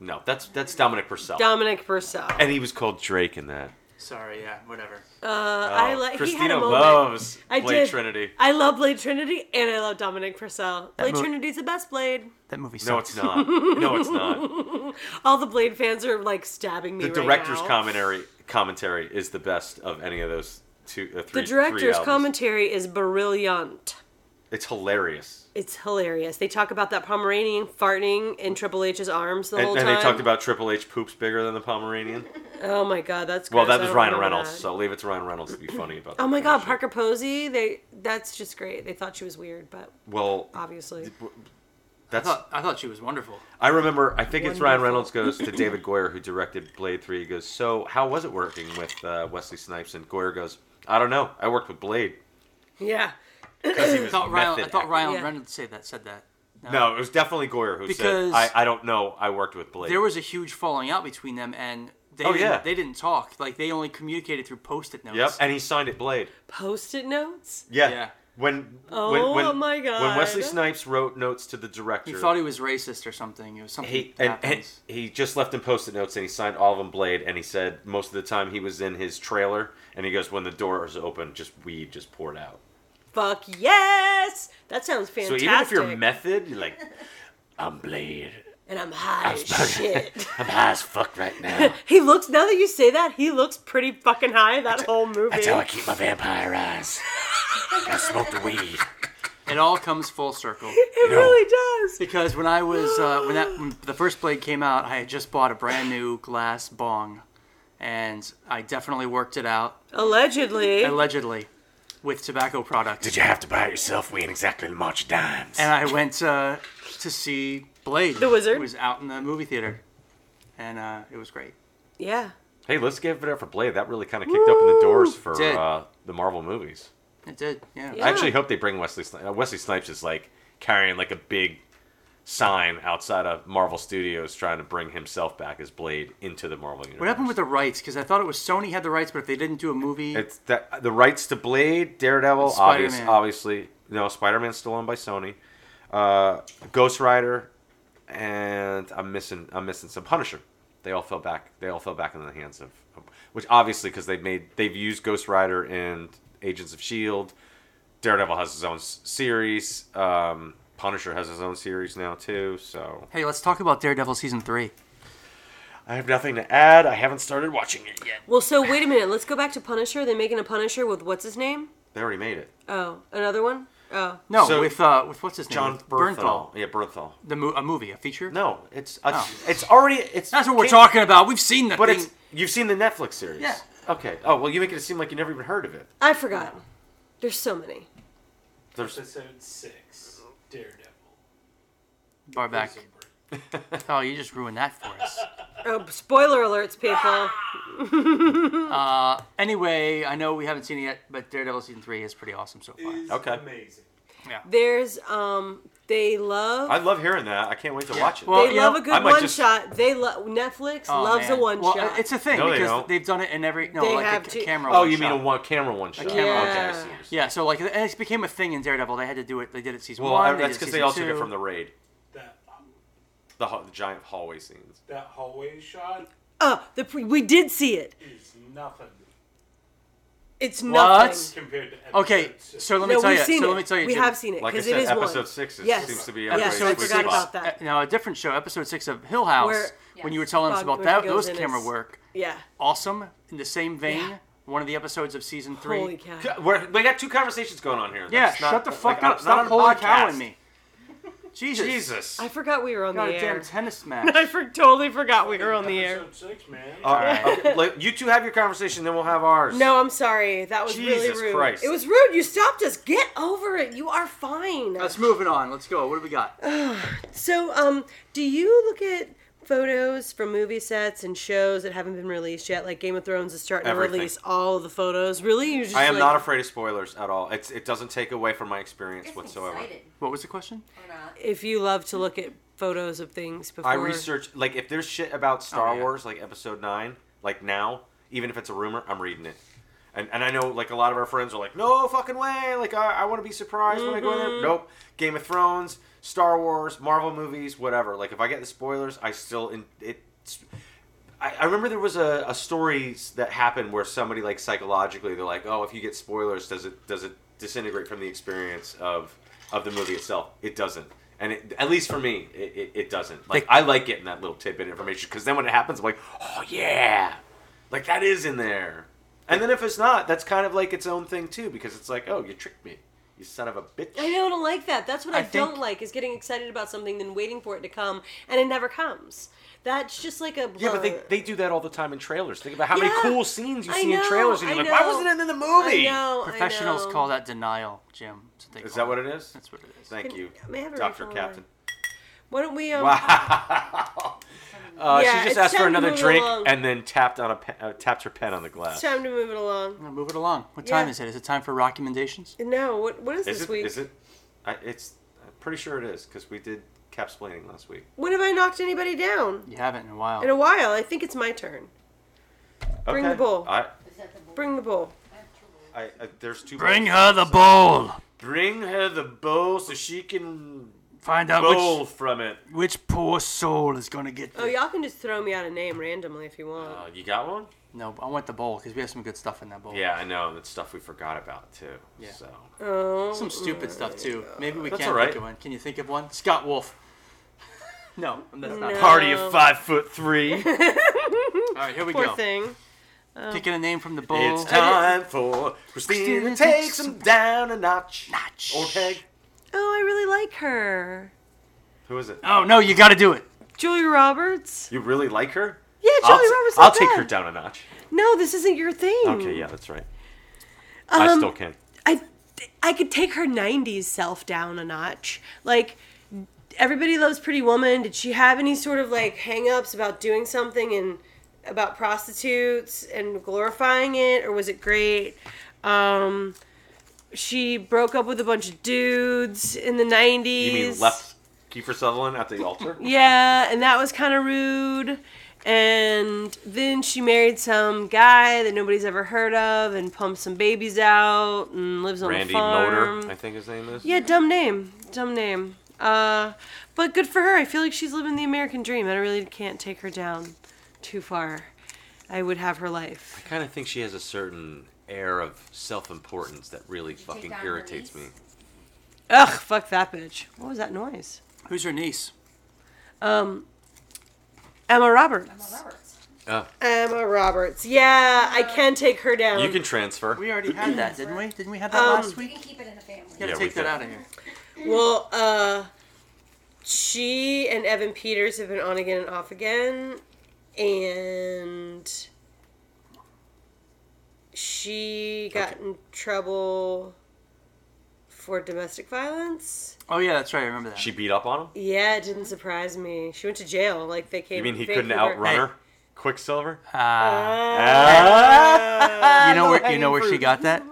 Speaker 2: No, that's that's Dominic Purcell.
Speaker 1: Dominic Purcell.
Speaker 2: and he was called Drake in that.
Speaker 5: Sorry, yeah, whatever.
Speaker 1: Uh, I
Speaker 2: Oh,
Speaker 1: like.
Speaker 2: Christina
Speaker 1: he had a moment.
Speaker 2: loves
Speaker 1: I
Speaker 2: Blade
Speaker 1: did.
Speaker 2: Trinity.
Speaker 1: I love Blade Trinity and I love Dominic Purcell. Blade
Speaker 5: mo-
Speaker 1: Trinity's the best Blade.
Speaker 5: That movie.
Speaker 2: No,
Speaker 5: Sucks.
Speaker 2: it's not. No, it's not.
Speaker 1: All the Blade fans are like stabbing me.
Speaker 2: The
Speaker 1: right
Speaker 2: director's
Speaker 1: now.
Speaker 2: commentary commentary is the best of any of those two.
Speaker 1: The
Speaker 2: Uh, three, three
Speaker 1: director's
Speaker 2: albums.
Speaker 1: commentary is brilliant.
Speaker 2: It's hilarious.
Speaker 1: It's hilarious. They talk about that Pomeranian farting in Triple H's arms the whole
Speaker 2: And, and
Speaker 1: time.
Speaker 2: they talked about Triple H poops bigger than the Pomeranian.
Speaker 1: Oh my god, that's
Speaker 2: Well,
Speaker 1: gross.
Speaker 2: that
Speaker 1: I
Speaker 2: was
Speaker 1: don't
Speaker 2: Ryan
Speaker 1: remember
Speaker 2: Reynolds,
Speaker 1: that.
Speaker 2: so leave it to Ryan Reynolds to be funny about that.
Speaker 1: Oh my
Speaker 2: kind
Speaker 1: god,
Speaker 2: of
Speaker 1: Parker Posey. They that's just great. They thought she was weird, but
Speaker 2: shit. Well,
Speaker 1: obviously.
Speaker 5: I
Speaker 2: that's.
Speaker 5: thought, I thought she was wonderful.
Speaker 2: I remember. I think it's Ryan
Speaker 1: Wonderful.
Speaker 2: Reynolds goes to David Goyer, who directed Blade Three. He goes, "So how was it working with uh, Wesley Snipes?" And Goyer goes, "I don't know. I worked with Blade
Speaker 1: Yeah.
Speaker 2: because he
Speaker 5: I
Speaker 2: was
Speaker 5: thought Ryan. I
Speaker 2: method
Speaker 5: thought
Speaker 2: acting."
Speaker 5: Ryan
Speaker 1: Yeah.
Speaker 5: Reynolds said that. Said that.
Speaker 2: No, it was definitely Goyer who
Speaker 5: Because-
Speaker 2: said, I, "I don't know. I worked with Blade."
Speaker 5: There was a huge falling out between them, and they
Speaker 2: Oh,
Speaker 5: didn't,
Speaker 2: yeah.
Speaker 5: they didn't talk. Like they only communicated through post-it notes.
Speaker 2: Yep, and he signed it Blade.
Speaker 1: Post-it notes.
Speaker 2: Yeah.
Speaker 5: Yeah.
Speaker 2: When,
Speaker 1: Oh
Speaker 2: when, when
Speaker 1: my
Speaker 2: When Wesley
Speaker 1: God.
Speaker 2: Snipes wrote notes to the director,
Speaker 5: He thought he was racist or something. It was something.
Speaker 2: he
Speaker 5: that
Speaker 2: and, and
Speaker 5: happens.
Speaker 2: he just left him post-it notes and he signed all of them blade and he said most of the time he was in his trailer and he goes when the doors open just weed just poured out
Speaker 1: Fuck yes. That sounds fantastic.
Speaker 2: so even if you're method you're like i'm blade
Speaker 1: and I'm high as shit.
Speaker 2: i'm high as fuck right now
Speaker 1: He looks now that you say that, he looks pretty fucking high that whole movie.
Speaker 2: that's how i keep my vampire eyes i smoke the weed
Speaker 5: it all comes full circle.
Speaker 1: it really does.
Speaker 5: Because when I was uh, when that when the first blade came out, I had just bought a brand new glass bong, and I definitely worked it out
Speaker 1: Allegedly.
Speaker 5: allegedly with tobacco products.
Speaker 2: did you have to buy it yourself we ain't exactly march dimes
Speaker 5: And I went uh, to see Blade.
Speaker 1: The Wizard?
Speaker 5: It was out in the movie theater, and uh, it was great.
Speaker 1: yeah.
Speaker 2: hey let's give it up for blade that really kind of kicked open the doors for
Speaker 5: Did.
Speaker 2: uh, the marvel movies
Speaker 5: It did, yeah.
Speaker 1: Yeah.
Speaker 2: I actually hope they bring Wesley Snipes. Wesley Snipes is like carrying like a big sign outside of Marvel Studios trying to bring himself back as Blade into the Marvel universe.
Speaker 5: What happened with the rights? Because I thought it was Sony had the rights, but if they didn't do a movie,
Speaker 2: It's that the rights to Blade, Daredevil,
Speaker 5: Spider-Man.
Speaker 2: obvious, obviously. No, Spider-Man's still owned by Sony. Uh, Ghost Rider and I'm missing I'm missing some Punisher. They all fell back. They all fell back in the hands of, of which obviously because they've made they've used Ghost Rider and Agents of Shield. E Daredevil has his own s- series. Um, Punisher has his own series now too. So
Speaker 5: hey, let's talk about Daredevil season three.
Speaker 2: I have nothing to add. I haven't started watching it yet.
Speaker 1: Well, so wait a minute. Let's go back to Punisher. They're making a Punisher with what's his name?
Speaker 2: They already made it.
Speaker 1: Oh, another one? Oh.
Speaker 5: No,
Speaker 2: So-
Speaker 5: with uh, with what's his name?
Speaker 2: John
Speaker 5: With
Speaker 2: Bernthal. Yeah, Bernthal.
Speaker 5: The mo- a movie, a feature.
Speaker 2: No, it's uh,
Speaker 5: Oh.
Speaker 2: it's already it's.
Speaker 5: That's what we're
Speaker 2: can't-
Speaker 5: talking about. We've seen the
Speaker 2: But
Speaker 5: thing.
Speaker 2: it's you've seen the Netflix series.
Speaker 5: Yeah.
Speaker 2: Okay. Oh well, you make it seem like you never even heard of it.
Speaker 1: I forgot. There's so many.
Speaker 2: There's
Speaker 6: Episode six, Daredevil.
Speaker 5: Bar back. Oh, you just ruined that for us.
Speaker 1: Oh, spoiler alerts, people.
Speaker 5: Uh, anyway, I know we haven't seen it yet, but Daredevil season three is pretty awesome so far.
Speaker 6: Is
Speaker 2: Okay.
Speaker 6: amazing.
Speaker 1: There's um they love
Speaker 2: I love hearing that. I can't wait to watch it.
Speaker 5: Well,
Speaker 1: they
Speaker 5: you
Speaker 1: love
Speaker 5: know,
Speaker 1: a
Speaker 2: I
Speaker 1: good
Speaker 2: might
Speaker 1: one
Speaker 2: just-
Speaker 1: shot. They love Netflix
Speaker 5: Oh,
Speaker 1: loves
Speaker 5: man.
Speaker 1: a one
Speaker 5: well,
Speaker 1: shot.
Speaker 5: It's a thing
Speaker 2: No, they
Speaker 5: because
Speaker 2: don't.
Speaker 5: have done it in every no,
Speaker 1: They
Speaker 5: like
Speaker 1: have
Speaker 5: a
Speaker 1: to-
Speaker 5: camera.
Speaker 2: oh,
Speaker 5: one
Speaker 2: you
Speaker 5: shot.
Speaker 2: mean a one camera one shot?
Speaker 5: camera
Speaker 2: Okay, I
Speaker 1: one.
Speaker 2: see what you're saying.
Speaker 5: Yeah, so like and it became a thing in Daredevil. They had to do it. They did it season
Speaker 2: Well,
Speaker 5: one.
Speaker 2: I-
Speaker 5: they
Speaker 2: that's
Speaker 5: did
Speaker 2: because they all took
Speaker 5: season
Speaker 2: it
Speaker 5: two.
Speaker 2: from the raid,
Speaker 6: That um,
Speaker 2: the, ho- the giant hallway scenes.
Speaker 6: that hallway shot
Speaker 1: Oh, the pre- we did see it.
Speaker 6: is nothing
Speaker 1: It's
Speaker 5: What?
Speaker 1: nothing.
Speaker 6: compared to episode
Speaker 5: Okay,
Speaker 6: six.
Speaker 5: so let me
Speaker 1: no,
Speaker 5: tell
Speaker 1: we've
Speaker 5: you.
Speaker 1: seen
Speaker 5: So
Speaker 1: it.
Speaker 5: let me tell you.
Speaker 1: we
Speaker 5: Jim,
Speaker 1: have seen it
Speaker 2: Like I
Speaker 1: because
Speaker 2: said,
Speaker 1: it is
Speaker 2: episode
Speaker 1: one.
Speaker 2: six is,
Speaker 1: Yes.
Speaker 2: seems to be
Speaker 1: Yes,
Speaker 2: everybody's
Speaker 1: I
Speaker 2: sweet
Speaker 1: forgot
Speaker 2: spot.
Speaker 1: about that.
Speaker 5: uh, Now a different show, episode six of Hill House,
Speaker 1: Where-
Speaker 5: when
Speaker 3: Yes.
Speaker 5: you were telling us
Speaker 1: Bob
Speaker 5: about that,
Speaker 1: Whittaker goes
Speaker 5: those
Speaker 1: in
Speaker 5: camera
Speaker 1: as-
Speaker 5: work,
Speaker 1: Yeah.
Speaker 5: awesome. In the same vein,
Speaker 1: Yeah.
Speaker 5: one of the episodes of season three.
Speaker 1: Holy cow.
Speaker 2: Yeah, We're, we got two conversations going on here.
Speaker 5: Yeah,
Speaker 2: That's not-
Speaker 5: shut the
Speaker 2: like,
Speaker 5: fuck
Speaker 2: I'm
Speaker 5: up!
Speaker 2: not
Speaker 5: Stop
Speaker 2: on a
Speaker 5: holy
Speaker 2: podcast.
Speaker 5: cowing me. Jesus,
Speaker 2: Jesus.
Speaker 1: I forgot we were on the
Speaker 5: goddamn
Speaker 1: air.
Speaker 5: tennis
Speaker 1: I
Speaker 5: match.
Speaker 1: for- totally forgot we were on the air.
Speaker 6: episode six, man.
Speaker 2: All right.
Speaker 5: right.
Speaker 2: okay, let- you two have your conversation, then we'll have ours.
Speaker 1: No, I'm sorry. That was really
Speaker 2: Jesus
Speaker 1: rude.
Speaker 2: Christ.
Speaker 1: It was rude. You stopped us. Get over it. You are fine.
Speaker 5: Let's move it on. Let's go. What do we got?
Speaker 1: So, um, do you look at photos from movie sets and shows that haven't been released yet? Like Game of Thrones is starting to
Speaker 2: Everything.
Speaker 1: release all of the photos. Really? You're just
Speaker 2: I am
Speaker 1: like,
Speaker 2: not afraid of spoilers at all. It's it doesn't take away from my experience
Speaker 3: Gets me
Speaker 2: whatsoever.
Speaker 3: Excited
Speaker 5: What was the question?
Speaker 3: or not?
Speaker 1: if you love to look at photos of things before.
Speaker 2: I research like if there's shit about Star
Speaker 5: Oh, yeah.
Speaker 2: Wars like Episode Nine, like now, even if it's a rumor, I'm reading it. And, and I know like a
Speaker 5: Mm-hmm.
Speaker 2: lot of our friends are like, no fucking way, like I, I want to be surprised when I go in there. Nope. Game of Thrones, Star Wars, Marvel movies, whatever. Like if I get the spoilers, I still in it. I, I remember there was a, a story that happened where somebody like psychologically they're like, oh, if you get spoilers, does it does it disintegrate from the experience of of the movie itself? It doesn't. And it, at least for me, it, it, it doesn't. Like
Speaker 5: They-
Speaker 2: I like getting that little tidbit of information because then when it happens, I'm like, oh yeah, like that is in there. And then if it's not, that's kind of like its own thing too because it's like, oh, you tricked me, you son of a bitch.
Speaker 1: I don't like that. That's what I,
Speaker 5: I think-
Speaker 1: don't like is getting excited about something then waiting for it to come and it never comes. That's just like a
Speaker 2: Yeah, but they,
Speaker 1: uh,
Speaker 2: they do that all the time in trailers. Think about how
Speaker 1: Yeah.
Speaker 2: many cool scenes you
Speaker 1: I
Speaker 2: see in
Speaker 1: know,
Speaker 2: trailers, and
Speaker 1: I
Speaker 2: you're like, why
Speaker 1: know.
Speaker 2: wasn't it in the
Speaker 1: I
Speaker 2: movie?
Speaker 1: know, I
Speaker 5: Professionals
Speaker 1: know.
Speaker 5: call that denial, Jim. That's they
Speaker 2: Is
Speaker 5: call
Speaker 2: that what it is?
Speaker 5: That's what it is.
Speaker 2: Thank
Speaker 1: Can-
Speaker 2: you,
Speaker 1: may I have a
Speaker 2: Doctor
Speaker 1: refill?
Speaker 2: Captain.
Speaker 1: Why don't we um
Speaker 2: Wow. Uh,
Speaker 1: Yeah,
Speaker 2: she
Speaker 1: it's
Speaker 2: just asked
Speaker 1: time
Speaker 2: for
Speaker 1: to
Speaker 2: another
Speaker 1: move
Speaker 2: drink
Speaker 1: along.
Speaker 2: and then tapped on a pe- uh, tapped her pen on the
Speaker 1: it's
Speaker 2: glass.
Speaker 1: time to move it along.
Speaker 5: I'm gonna move it along. What time
Speaker 1: Yeah.
Speaker 5: is it? Is it time for recommendations?
Speaker 1: No, what what is,
Speaker 2: Is
Speaker 1: this
Speaker 2: it?
Speaker 1: week?
Speaker 2: Is it? I, it's. I'm pretty sure it is because we did cap splaining last week.
Speaker 1: When have I knocked anybody down?
Speaker 5: You haven't in a while.
Speaker 1: In a while, I think it's my turn. Bring the bowl.
Speaker 2: I,
Speaker 3: Is that the bowl?
Speaker 1: Bring the bowl.
Speaker 2: I, I, there's two.
Speaker 5: Bring
Speaker 2: bowls.
Speaker 5: her the bowl.
Speaker 2: Bring her the bowl so she can
Speaker 5: Find out
Speaker 2: bowl from it.
Speaker 5: which which poor soul is gonna get.
Speaker 1: Oh, y'all can just throw me out a name randomly if you want.
Speaker 2: Uh, you got one?
Speaker 5: No, I want the bowl because we have some good stuff in that bowl.
Speaker 2: Yeah, I know. That's stuff we forgot about too.
Speaker 5: Yeah.
Speaker 2: So
Speaker 1: oh,
Speaker 5: Some stupid stuff too. Maybe we
Speaker 2: That's
Speaker 5: can't
Speaker 2: all right.
Speaker 5: think of one. Can you think of one? Scott Wolf. no, that's not.
Speaker 1: No.
Speaker 5: it.
Speaker 2: party
Speaker 1: Um.
Speaker 2: of five foot three.
Speaker 5: All right, here we
Speaker 1: poor
Speaker 5: go.
Speaker 1: thing.
Speaker 5: Picking a name from the bowl.
Speaker 2: it's time for Christina
Speaker 5: Christina
Speaker 2: takes
Speaker 5: takes
Speaker 2: them down a notch.
Speaker 5: Notch.
Speaker 2: Or peg.
Speaker 1: Oh, I really like her.
Speaker 2: Who is it?
Speaker 5: Oh no, you got to do it.
Speaker 1: Julia Roberts.
Speaker 2: You really like her?
Speaker 1: Yeah, Julia
Speaker 2: I'll, t-
Speaker 1: Roberts.
Speaker 2: I'll
Speaker 1: not
Speaker 2: take
Speaker 1: bad.
Speaker 2: her down a notch.
Speaker 1: No, this isn't your thing.
Speaker 2: Okay, yeah, that's right. I
Speaker 1: Um,
Speaker 2: still can.
Speaker 1: I I could take her 90s self down a notch. Like everybody loves Pretty Woman. Did she have any sort of like hang-ups about doing something and about prostitutes and glorifying it or was it great? Um she broke up with a bunch of dudes in the 90s.
Speaker 2: You mean left Kiefer Sutherland at the altar?
Speaker 1: Yeah, and that was kind of rude. And then she married some guy that nobody's ever heard of and pumps some babies out and lives on a
Speaker 2: Randy
Speaker 1: farm.
Speaker 2: Motor, I think his name is.
Speaker 1: Yeah, dumb name. Dumb name. Uh, but good for her. I feel like she's living the American dream, and I really can't take her down too far. I would have her
Speaker 2: I
Speaker 1: life.
Speaker 2: kind of think she has a certain air of self-importance that really
Speaker 3: take
Speaker 2: fucking
Speaker 3: down
Speaker 2: irritates me.
Speaker 3: Elise?
Speaker 1: Ugh, fuck that bitch. What was that noise?
Speaker 5: Who's your niece?
Speaker 1: Um, Emma
Speaker 3: Emma
Speaker 1: Roberts.
Speaker 3: Roberts.
Speaker 2: Oh,
Speaker 1: Emma Roberts. Yeah, I can take her down.
Speaker 2: you can transfer.
Speaker 5: Um, We already had that, didn't we? Didn't we have that
Speaker 1: Um,
Speaker 5: last
Speaker 3: We
Speaker 5: week?
Speaker 3: can keep it in the family.
Speaker 5: You gotta
Speaker 2: Yeah, we
Speaker 5: take that
Speaker 2: did.
Speaker 5: out of here.
Speaker 1: Well, uh, she and Evan Peters have been on again and off again, and she got in trouble for domestic violence.
Speaker 5: Oh yeah, that's right. I remember that.
Speaker 2: She beat up on him.
Speaker 1: Yeah, it didn't surprise me. She went to jail. Like they came. Uh,
Speaker 2: You mean he
Speaker 1: Vancouver-
Speaker 2: couldn't outrun
Speaker 5: Hey.
Speaker 2: her? Quicksilver.
Speaker 5: Ah.
Speaker 2: Ah.
Speaker 1: Uh,
Speaker 5: you know where you
Speaker 2: Low-hanging
Speaker 5: know where she
Speaker 2: fruit.
Speaker 5: got that?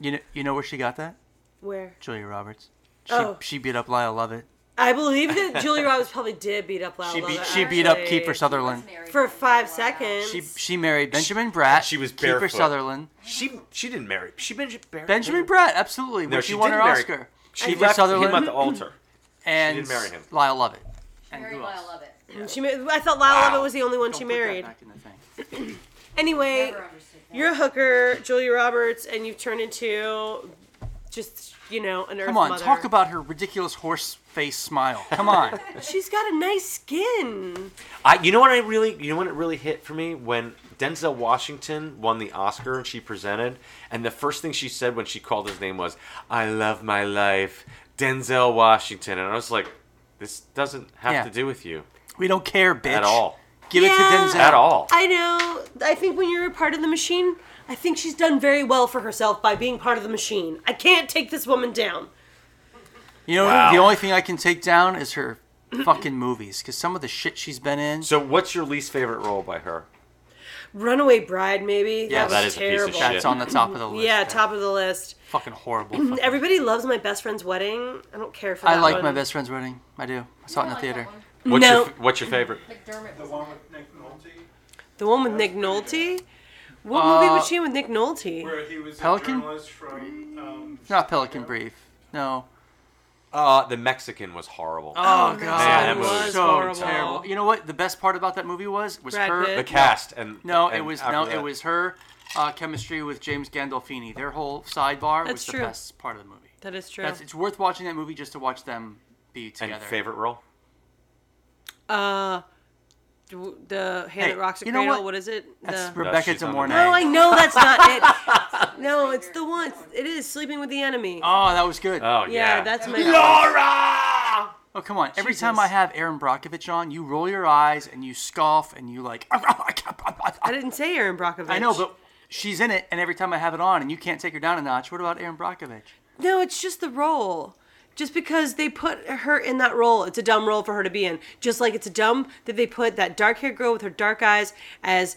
Speaker 5: You know you know where she got that?
Speaker 1: Where?
Speaker 5: Julia Roberts. She,
Speaker 1: Oh.
Speaker 5: she beat up Lyle Lovett.
Speaker 1: I believe that Julia Roberts probably did beat up Lala.
Speaker 5: She beat
Speaker 1: Lovett,
Speaker 5: she beat up
Speaker 1: actually.
Speaker 5: Kiefer Sutherland.
Speaker 1: for five seconds.
Speaker 5: She she married Benjamin Bratt.
Speaker 2: she was
Speaker 5: Kiefer
Speaker 2: barefoot.
Speaker 5: Sutherland.
Speaker 2: She she didn't marry. She Benjamin.
Speaker 5: Benjamin
Speaker 1: Mm-hmm.
Speaker 5: Bratt, absolutely.
Speaker 2: No,
Speaker 5: when
Speaker 2: she
Speaker 5: she won
Speaker 2: did
Speaker 5: her
Speaker 2: marry-
Speaker 5: Oscar.
Speaker 2: She
Speaker 5: Kiefer
Speaker 2: left
Speaker 5: Sutherland Mm-hmm.
Speaker 2: him at the altar.
Speaker 5: and
Speaker 2: didn't marry him.
Speaker 5: Lyle Lovett. And
Speaker 3: Mary
Speaker 5: who
Speaker 3: Lyle
Speaker 5: else?
Speaker 3: Lovett.
Speaker 1: She ma- I thought Lala Lovett was the only one
Speaker 5: Don't
Speaker 1: she
Speaker 5: put that
Speaker 1: married.
Speaker 5: back in the thing.
Speaker 1: Anyway,
Speaker 3: Never understood that.
Speaker 1: You're a hooker, Julia Roberts, and you've turned into just, you know, an earth
Speaker 5: Come on,
Speaker 1: mother.
Speaker 5: talk about her ridiculous horse face smile. Come on.
Speaker 1: She's got a nice skin.
Speaker 2: I, you know what I really, you know when it really hit for me when Denzel Washington won the Oscar and she presented, and the first thing she said when she called his name was, "I love my life, Denzel Washington," and I was like, "This doesn't have
Speaker 5: Yeah.
Speaker 2: to do with you
Speaker 5: we don't care, bitch.
Speaker 2: at all,
Speaker 5: Give it to
Speaker 1: Yeah.
Speaker 5: Denzel.
Speaker 2: at all."
Speaker 1: I know. I think when you're a part of the machine, I think she's done very well for herself by being part of the machine. I can't take this woman down.
Speaker 5: You know,
Speaker 2: Wow.
Speaker 5: the only thing I can take down is her fucking movies, because some of the shit she's been in.
Speaker 2: so, what's your least favorite role by her?
Speaker 1: Runaway Bride, maybe?
Speaker 5: Yeah,
Speaker 1: that,
Speaker 5: that
Speaker 1: was
Speaker 2: is a piece
Speaker 1: terrible.
Speaker 2: of shit.
Speaker 5: that's on the top of the list.
Speaker 1: Yeah, top of the list.
Speaker 5: Fucking horrible. fucking-
Speaker 1: Everybody loves my best friend's wedding. I don't care for that
Speaker 5: I like
Speaker 1: one.
Speaker 5: my best friend's wedding. I do. I saw it in the theater.
Speaker 2: What's
Speaker 1: No.
Speaker 2: your, f- what's your favorite?
Speaker 3: McDermott
Speaker 6: The
Speaker 3: was
Speaker 6: one
Speaker 3: on it.
Speaker 6: with Nick Nolte,
Speaker 1: The one with Nick Nolte? What
Speaker 5: Uh,
Speaker 1: movie was she in with Nick Nolte?
Speaker 6: where he was
Speaker 5: Pelican?
Speaker 6: a journalist from. Um,
Speaker 5: Not Pelican Brief. No.
Speaker 2: Uh, the Mexican was horrible.
Speaker 5: Oh, god,
Speaker 2: that
Speaker 5: it was,
Speaker 2: movie was
Speaker 5: so
Speaker 2: horrible.
Speaker 5: terrible. You know what? The best part about that movie was was
Speaker 1: Brad
Speaker 5: her.
Speaker 1: Pitt?
Speaker 2: the cast and
Speaker 5: No, it
Speaker 2: and
Speaker 5: was
Speaker 2: after
Speaker 5: no,
Speaker 2: that-
Speaker 5: it was her uh, chemistry with James Gandolfini. Their whole sidebar
Speaker 1: That's
Speaker 5: was
Speaker 1: true.
Speaker 5: the best part of the movie.
Speaker 1: That is true.
Speaker 5: That's, it's worth watching that movie just to watch them be
Speaker 2: and
Speaker 5: together.
Speaker 2: favorite role.
Speaker 1: uh, w- the hand
Speaker 5: Hey,
Speaker 1: that rocks a
Speaker 5: you know
Speaker 1: cradle.
Speaker 5: what?
Speaker 1: What is it?
Speaker 5: That's
Speaker 1: The...
Speaker 5: Rebecca
Speaker 2: she's
Speaker 5: De
Speaker 2: on the
Speaker 5: Mornay.
Speaker 1: No, Oh, I know that's not it. no, it's the one. It is sleeping with the enemy.
Speaker 5: Oh, that was good.
Speaker 2: Oh yeah,
Speaker 1: yeah, that's my.
Speaker 4: Laura!
Speaker 5: oh, come on. Every time
Speaker 1: Jesus.
Speaker 5: I have Aaron Brockovich on, you roll your eyes and you scoff and you like.
Speaker 1: I didn't say Aaron Brockovich.
Speaker 5: I know, but she's in it, and every time I have it on, and you can't take her down a notch. What about Aaron Brockovich?
Speaker 1: No, it's just the role. Just because they put her in that role, it's a dumb role for her to be in. Just like it's a dumb that they put that dark haired girl with her dark eyes as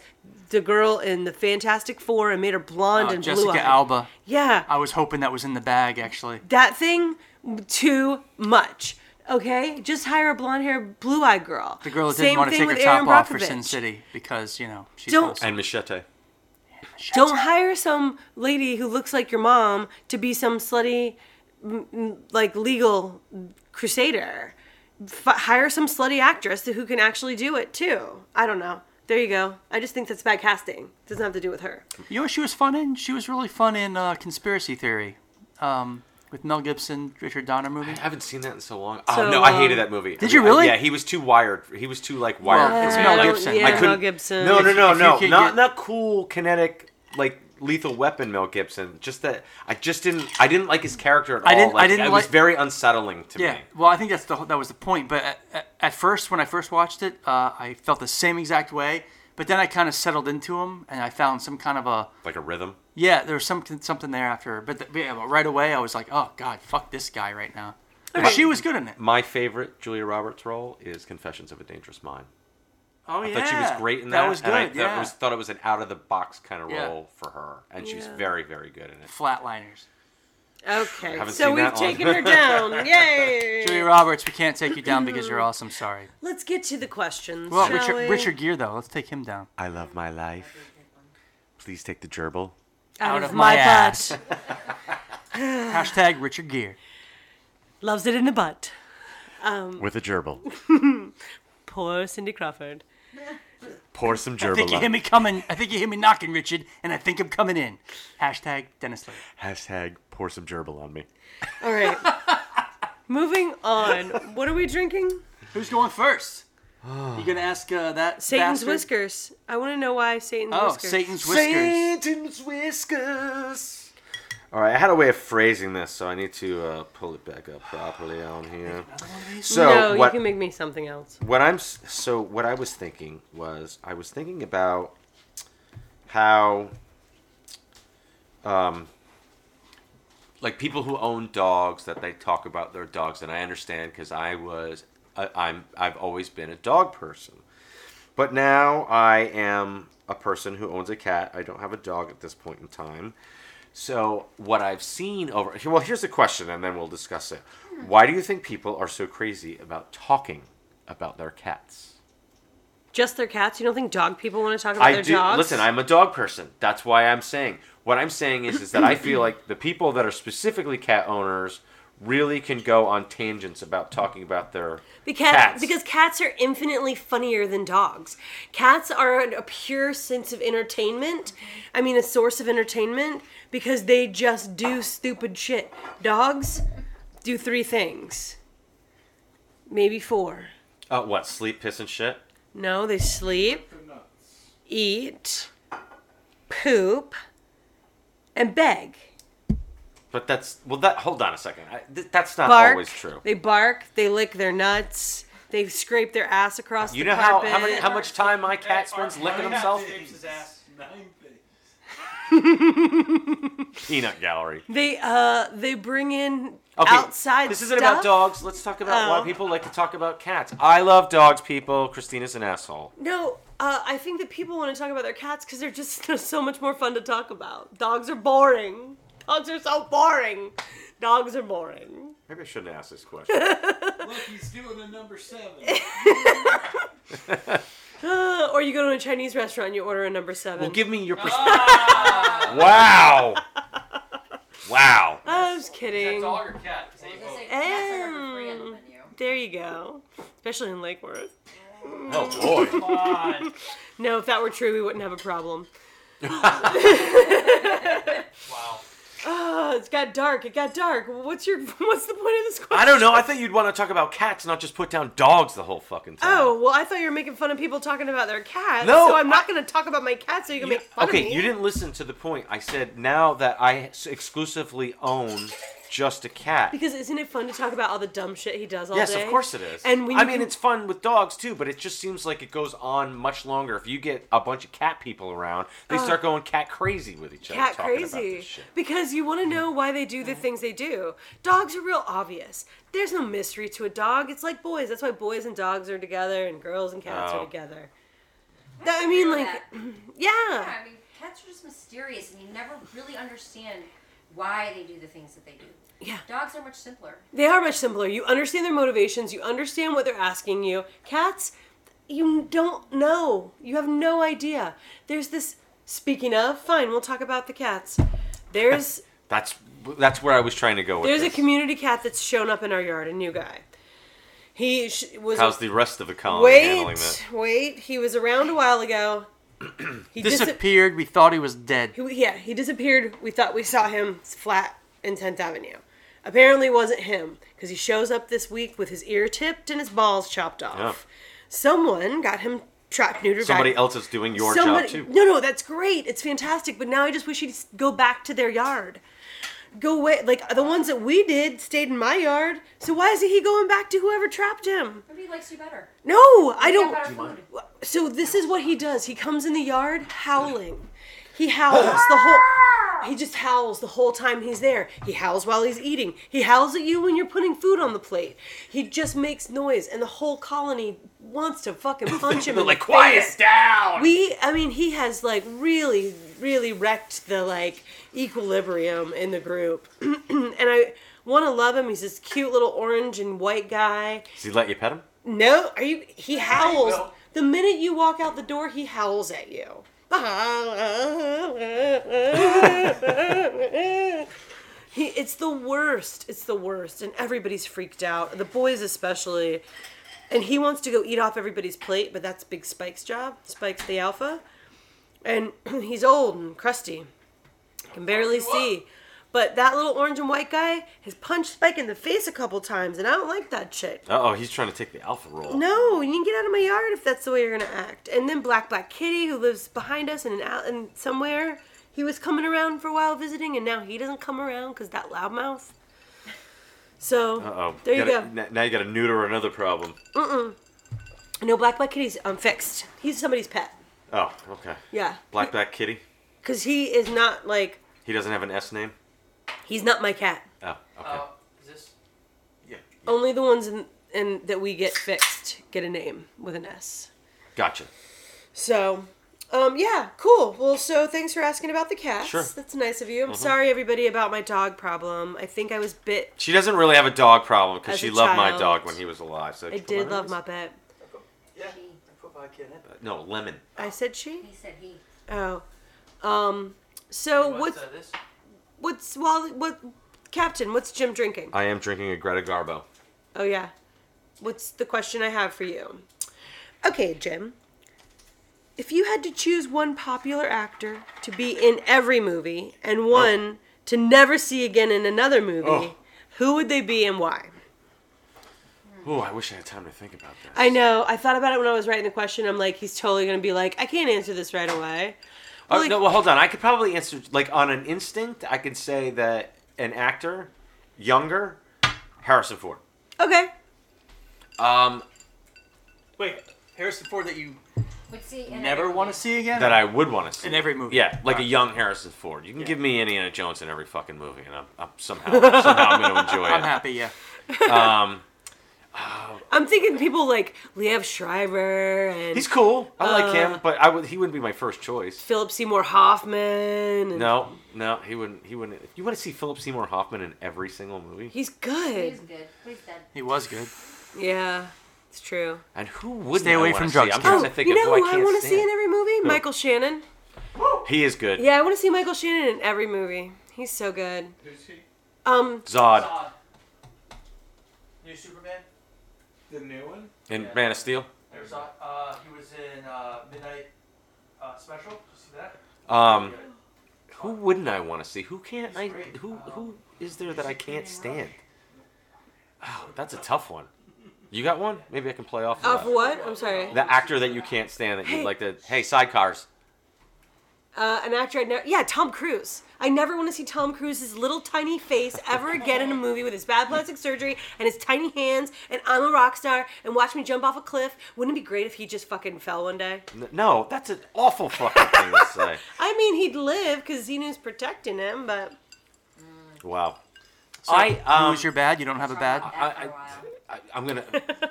Speaker 1: the girl in the Fantastic Four and made her blonde
Speaker 5: Uh,
Speaker 1: and
Speaker 5: Jessica
Speaker 1: blue.
Speaker 5: Alba. Oh.
Speaker 1: Yeah.
Speaker 5: I was hoping that was in the bag, actually.
Speaker 1: that thing, too much. Okay? Just hire a blonde haired, blue eyed girl.
Speaker 5: The girl that
Speaker 1: Same
Speaker 5: didn't want to
Speaker 1: thing
Speaker 5: take her
Speaker 1: with
Speaker 5: top
Speaker 1: Erin
Speaker 5: off for Sin
Speaker 1: Brockovich.
Speaker 5: City because you know she's
Speaker 1: Don't-
Speaker 5: awesome.
Speaker 2: and Machete.
Speaker 1: Don't hire some lady who looks like your mom to be some slutty, m- m- like legal crusader. F- hire some slutty actress who can actually do it too. I don't know. There you go. I just think that's bad casting. doesn't have to do with her.
Speaker 5: You know what she was fun in? She was really fun in uh, Conspiracy Theory um, with Mel Gibson, Richard Donner movie.
Speaker 2: I haven't seen that in so long. Oh
Speaker 1: So,
Speaker 2: no, I
Speaker 1: um,
Speaker 2: hated that movie.
Speaker 5: Did
Speaker 2: I
Speaker 5: you
Speaker 2: mean, I-
Speaker 5: really?
Speaker 2: yeah, he was too wired. He was too like wired.
Speaker 5: Well,
Speaker 2: for
Speaker 5: it's
Speaker 2: me.
Speaker 5: Mel
Speaker 2: Like,
Speaker 5: Gibson.
Speaker 1: Yeah,
Speaker 5: I
Speaker 1: Mel
Speaker 5: couldn't-
Speaker 1: Gibson.
Speaker 2: No, no, no,
Speaker 5: if you
Speaker 2: no.
Speaker 5: could
Speaker 2: Not
Speaker 5: get-
Speaker 2: not cool, kinetic, like lethal weapon, Mel Gibson. Just that I just didn't. I didn't like his character at
Speaker 5: I
Speaker 2: all.
Speaker 5: didn't- I
Speaker 2: Like,
Speaker 5: didn't
Speaker 2: It was
Speaker 5: like-
Speaker 2: very unsettling to
Speaker 5: Yeah,
Speaker 2: me.
Speaker 5: well, I think that's the that was the point. But at, at, at first, when I first watched it, uh, I felt the same exact way. But then I kind of settled into him, and I found some kind of a
Speaker 2: Like a rhythm.
Speaker 5: yeah. There was something something there after, but, the, but yeah, but right away I was like, oh god, fuck this guy right now. But she was good in it.
Speaker 2: My favorite Julia Roberts role is Confessions of a Dangerous Mind.
Speaker 5: Oh
Speaker 2: I
Speaker 5: yeah,
Speaker 2: thought she was great in that.
Speaker 5: That was good.
Speaker 2: And I thought,
Speaker 5: yeah,
Speaker 2: it was, thought it was an out of the box kind of
Speaker 5: Yeah.
Speaker 2: role for her, and she was
Speaker 1: Yeah.
Speaker 2: very, very good in it.
Speaker 5: Flatliners.
Speaker 1: Okay,
Speaker 2: haven't
Speaker 1: so
Speaker 2: seen
Speaker 1: we've
Speaker 2: that one.
Speaker 1: taken her down. Yay!
Speaker 5: Julia Roberts, we can't take you down because you're awesome. Sorry.
Speaker 1: Let's get to the questions.
Speaker 5: Well,
Speaker 1: shall
Speaker 5: Richard,
Speaker 1: we?
Speaker 5: Richard Gere though, let's take him down.
Speaker 2: I love my life. Please take the gerbil.
Speaker 1: out,
Speaker 5: of
Speaker 1: of my,
Speaker 5: my ass.
Speaker 1: butt,
Speaker 5: Hashtag Richard Gere.
Speaker 1: loves it in the butt.
Speaker 5: Mm.
Speaker 2: With a gerbil.
Speaker 1: Poor Cindy Crawford.
Speaker 2: Pour some
Speaker 5: I think you hear me coming. I think you hear me knocking, Richard, and I think I'm coming in. Hashtag Dennis Leary.
Speaker 2: Hashtag pour some gerbil on me.
Speaker 1: All right. Moving on. What are we drinking?
Speaker 5: Who's going first? you gonna ask uh, that
Speaker 1: Satan's
Speaker 5: bastard?
Speaker 1: whiskers. I want to know why Satan's
Speaker 5: Oh,
Speaker 1: whiskers.
Speaker 5: Satan's whiskers.
Speaker 2: Satan's whiskers. All right, I had a way of phrasing this, so I need to uh, pull it back up properly on here. So
Speaker 1: no,
Speaker 2: what?
Speaker 1: you can make me something else.
Speaker 2: what I'm s- so what I was thinking was I was thinking about how um like people who own dogs that they talk about their dogs and I understand cuz I was I, I'm I've always been a dog person. But now I am a person who owns a cat. I don't have a dog at this point in time. So what I've seen over well, here's the question, and then we'll discuss it. Why do you think people are so crazy about talking about their cats?
Speaker 1: Just their cats. You don't think dog people want to talk about
Speaker 2: I
Speaker 1: their
Speaker 2: do
Speaker 1: dogs?
Speaker 2: listen. I'm a dog person. That's why I'm saying what I'm saying is is that I feel like the people that are specifically cat owners really can go on tangents about talking about their
Speaker 1: because
Speaker 2: cats.
Speaker 1: because cats are infinitely funnier than dogs. Cats are an- a pure sense of entertainment. I mean, a source of entertainment because they just do stupid shit. Dogs do three things, maybe four.
Speaker 2: uh, what sleep, piss, and shit.
Speaker 1: No, they sleep, eat, poop, and beg.
Speaker 2: But that's well. That hold on a second. I, th- that's not
Speaker 1: Bark.
Speaker 2: always true.
Speaker 1: They bark. They lick their nuts. They scrape their ass across
Speaker 2: You
Speaker 1: the
Speaker 2: know how,
Speaker 1: carpet.
Speaker 2: how many how much time my cat spends licking himself? Peanut gallery.
Speaker 1: they uh they bring in
Speaker 2: Okay,
Speaker 1: outside.
Speaker 2: This
Speaker 1: stuff.
Speaker 2: isn't about dogs. Let's talk about
Speaker 1: Oh.
Speaker 2: why people like to talk about cats. I love dogs, people. Christina's an asshole.
Speaker 1: No, uh, I think that people want to talk about their cats because they're just they're so much more fun to talk about. Dogs are boring. Dogs are so boring. Dogs are boring.
Speaker 2: Maybe I shouldn't ask this question.
Speaker 7: Look, he's doing a number seven.
Speaker 1: Uh, or you go to a Chinese restaurant, and you order a number seven.
Speaker 2: well, give me your perspective. wow. Wow.
Speaker 1: I was kidding.
Speaker 5: or cat?
Speaker 3: I was gonna say,
Speaker 1: Eh. There you go. Especially in Lake Worth.
Speaker 2: Oh boy.
Speaker 5: God.
Speaker 1: No, if that were true, we wouldn't have a problem.
Speaker 5: wow.
Speaker 1: Oh, it's got dark. It got dark. What's your? What's the point of this question?
Speaker 2: I don't know. I thought you'd want to talk about cats, not just put down dogs the whole fucking time.
Speaker 1: Oh well, I thought you were making fun of people talking about their cats.
Speaker 2: No,
Speaker 1: so I'm not going to talk about my cat. So you can
Speaker 2: You-
Speaker 1: make fun
Speaker 2: okay,
Speaker 1: of me.
Speaker 2: you didn't listen to the point. I said now that I s- exclusively own just a cat.
Speaker 1: Because isn't it fun to talk about all the dumb shit he does all
Speaker 2: yes,
Speaker 1: day?
Speaker 2: of course it is.
Speaker 1: And when
Speaker 2: I
Speaker 1: you
Speaker 2: mean,
Speaker 1: can-
Speaker 2: it's fun with dogs too, but it just seems like it goes on much longer. If you get a bunch of cat people around, they start going cat crazy with each other.
Speaker 1: Uh, cat
Speaker 2: talking about
Speaker 1: crazy
Speaker 2: this shit. Mm.
Speaker 1: because you want to know why they do the things they do. Dogs are real obvious. There's no mystery to a dog. It's like boys. That's why boys and dogs are together and girls and cats
Speaker 2: Oh.
Speaker 1: are together. That, I mean, like, yeah.
Speaker 3: Yeah, I mean, cats are just mysterious, and you never really understand why they do the things that they do.
Speaker 1: Yeah.
Speaker 3: Dogs are much simpler.
Speaker 1: They are much simpler. You understand their motivations, you understand what they're asking you. Cats, you don't know. You have no idea. There's this speaking of, fine, we'll talk about the cats. There's
Speaker 2: That's that's where I was trying to go with
Speaker 1: there's a
Speaker 2: this.
Speaker 1: community cat that's shown up in our yard, a new guy. He sh- was
Speaker 2: How's the rest of the colony handling
Speaker 1: Wait,
Speaker 2: that?
Speaker 1: wait. He was around a while ago. He disa-
Speaker 5: Disappeared. We thought he was dead.
Speaker 1: he- yeah, he disappeared. We thought we saw him flat in 10th Avenue. Apparently, it wasn't him because he shows up this week with his ear tipped and his balls chopped off.
Speaker 2: Yeah.
Speaker 1: Someone got him trapped, neutered.
Speaker 2: Somebody
Speaker 1: back.
Speaker 2: else is doing your
Speaker 1: Somebody-
Speaker 2: job too.
Speaker 1: No, no, that's great. It's fantastic. But now I just wish he'd s- go back to their yard. Go away. Like the ones that we did stayed in my yard. So why isn't he going back to whoever trapped him?
Speaker 3: Maybe he likes you better.
Speaker 1: No, I
Speaker 3: He got
Speaker 1: don't.
Speaker 3: better food.
Speaker 1: So this is what he does. He comes in the yard howling. He howls the whole he just howls the whole time he's there. He howls while he's eating. He howls at you when you're putting food on the plate. He just makes noise and the whole colony wants to fucking punch him. in
Speaker 2: Like
Speaker 1: the
Speaker 2: quiet
Speaker 1: face.
Speaker 2: down.
Speaker 1: We I mean he has like really really wrecked the like equilibrium in the group. and I want to love him. He's this cute little orange and white guy.
Speaker 2: Does he let you pet him?
Speaker 1: No, are you? He howls
Speaker 4: will.
Speaker 1: the minute you walk out the door. He howls at you. he, it's the worst. It's the worst, and everybody's freaked out. The boys especially, and he wants to go eat off everybody's plate, but that's Big Spike's job. Spike's the alpha, and he's old and crusty, can barely see. But that little orange and white guy has punched Spike in the face a couple times, and I don't like that shit.
Speaker 2: Uh oh, he's trying to take the alpha role.
Speaker 1: No, you can get out of my yard if that's the way you're gonna act. And then Black Black Kitty, who lives behind us and out and somewhere, he was coming around for a while visiting, and now he doesn't come around because that loudmouth. So
Speaker 2: Uh oh.
Speaker 1: there you go.
Speaker 2: Now you got to neuter another problem.
Speaker 1: No, Black Black Kitty's um, fixed. He's somebody's pet.
Speaker 2: Oh, okay.
Speaker 1: Yeah,
Speaker 2: Black Black Kitty.
Speaker 1: because he is not like
Speaker 2: He doesn't have an S name.
Speaker 1: he's not my cat.
Speaker 2: Oh, okay.
Speaker 5: is this?
Speaker 1: Only the ones in, in that we get fixed get a name with an S.
Speaker 2: Gotcha.
Speaker 1: So, um, yeah, cool. Well, so thanks for asking about the cats.
Speaker 2: Sure.
Speaker 1: That's nice of you. I'm sorry, everybody, about my dog problem. I think I was bit.
Speaker 2: She doesn't really have a dog problem because
Speaker 1: As
Speaker 2: she
Speaker 1: a
Speaker 2: loved my
Speaker 1: child.
Speaker 2: dog when he was alive. So
Speaker 1: I did love Muppet.
Speaker 5: Yeah. I put my kid in.
Speaker 2: No lemon.
Speaker 1: I said she.
Speaker 3: He said he.
Speaker 1: Oh, um. So what's
Speaker 5: uh, this?
Speaker 1: what's well what Captain? What's Jim drinking?
Speaker 2: I am drinking a Greta Garbo.
Speaker 1: Oh yeah. What's the question I have for you? Okay, Jim. If you had to choose one popular actor to be in every movie and one to never see again in another movie,
Speaker 2: Oh.
Speaker 1: who would they be and why?
Speaker 2: Oh, I wish I had time to think about that.
Speaker 1: Mm. I know. I thought about it when I was writing the question. I'm like, he's totally going to be like, I can't answer this right away.
Speaker 2: Oh,
Speaker 1: Like-
Speaker 2: no, well, hold on. I could probably answer like on an instinct. I could say that an actor, younger, Harrison Ford.
Speaker 1: Okay.
Speaker 2: Um,
Speaker 5: Wait, Harrison Ford that you
Speaker 3: Would see in
Speaker 5: never
Speaker 3: every-
Speaker 5: want to see again?
Speaker 2: that I would want to see
Speaker 5: in every movie.
Speaker 2: Yeah, like a
Speaker 5: Alright.
Speaker 2: young Harrison Ford. You can give me Indiana Jones in every fucking movie, and I'm, I'm somehow somehow I'm going to enjoy it.
Speaker 5: I'm happy. Yeah.
Speaker 2: Um,
Speaker 1: I'm thinking people like Liev Schreiber and
Speaker 2: he's cool. I like
Speaker 1: Uh,
Speaker 2: him, but I would he wouldn't be my first choice.
Speaker 1: Philip Seymour Hoffman. And
Speaker 2: No, no, he wouldn't. He wouldn't. You want to see Philip Seymour Hoffman in every single movie?
Speaker 1: He's good.
Speaker 3: He's good. But he's dead.
Speaker 5: He was good.
Speaker 1: Yeah, it's true.
Speaker 2: And who would
Speaker 5: Stay away from drugs,
Speaker 2: I'm
Speaker 5: kids.
Speaker 2: trying
Speaker 1: Oh,
Speaker 2: to think
Speaker 1: you know
Speaker 2: of who I
Speaker 1: who I,
Speaker 2: can't
Speaker 1: want to
Speaker 2: stand.
Speaker 1: see in every movie? Michael Shannon.
Speaker 2: he is good.
Speaker 1: Yeah, I want to see Michael Shannon in every movie. He's so good.
Speaker 7: Who's he?
Speaker 1: Um,
Speaker 2: Zod.
Speaker 5: New Superman.
Speaker 7: The new one?
Speaker 2: In
Speaker 5: Yeah.
Speaker 2: Man of Steel.
Speaker 5: There's, uh, uh, he was in uh, Midnight uh, Special. Did you see that?
Speaker 2: Um,
Speaker 5: Yeah.
Speaker 2: who wouldn't I want to see? Who can't I?
Speaker 5: He's great.
Speaker 2: Who
Speaker 5: Um,
Speaker 2: who is there that I can't
Speaker 5: Bohemian
Speaker 2: stand? Oh, that's a tough one. You got one? Maybe I can play off
Speaker 1: Of
Speaker 2: of that.
Speaker 1: what? I'm sorry.
Speaker 2: The actor that you can't stand that you'd
Speaker 1: Hey.
Speaker 2: like to. Hey, sidecars.
Speaker 1: Uh, an actor I never. Yeah, Tom Cruise. I never want to see Tom Cruise's little tiny face ever again in a movie with his bad plastic surgery and his tiny hands and I'm a rock star and watch me jump off a cliff. Wouldn't it be great if he just fucking fell one day?
Speaker 2: N- No, that's an awful fucking thing to say.
Speaker 1: I mean, he'd live because Xenu's protecting him, but
Speaker 2: Wow.
Speaker 5: So,
Speaker 2: I
Speaker 5: who
Speaker 2: um,
Speaker 5: was your bad? You don't have a bad?
Speaker 3: Talking
Speaker 2: I-
Speaker 3: about
Speaker 2: I-
Speaker 3: that for a while.
Speaker 2: I, I'm gonna.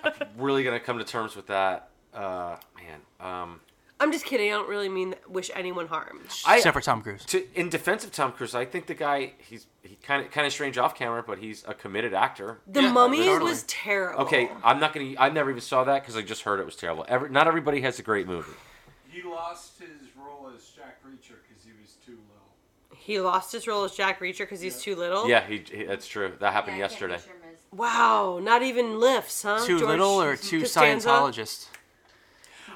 Speaker 2: I'm really gonna come to terms with that. Uh, man. Um,
Speaker 1: I'm just kidding. I don't really mean that wish anyone harm.
Speaker 2: I
Speaker 5: Except for Tom Cruise.
Speaker 2: to, in defense of Tom Cruise, I think the guy he's he kind of kind of strange off camera, but he's a committed actor.
Speaker 1: The
Speaker 5: Yeah,
Speaker 1: Mummy
Speaker 5: totally.
Speaker 1: was terrible.
Speaker 2: Okay, I'm not gonna. I never even saw that because I just heard it was terrible. Every, not everybody has a great movie.
Speaker 7: He lost his role as Jack Reacher because he was too little.
Speaker 1: He lost his role as Jack Reacher because he's too little.
Speaker 2: Yeah, he, he- That's true. That happened
Speaker 3: Oh. Yeah, I can't
Speaker 2: yesterday.
Speaker 3: picture him as-
Speaker 1: Wow, not even lifts, huh?
Speaker 5: Too
Speaker 1: George
Speaker 5: little or too
Speaker 1: Costanza?
Speaker 5: Scientologist?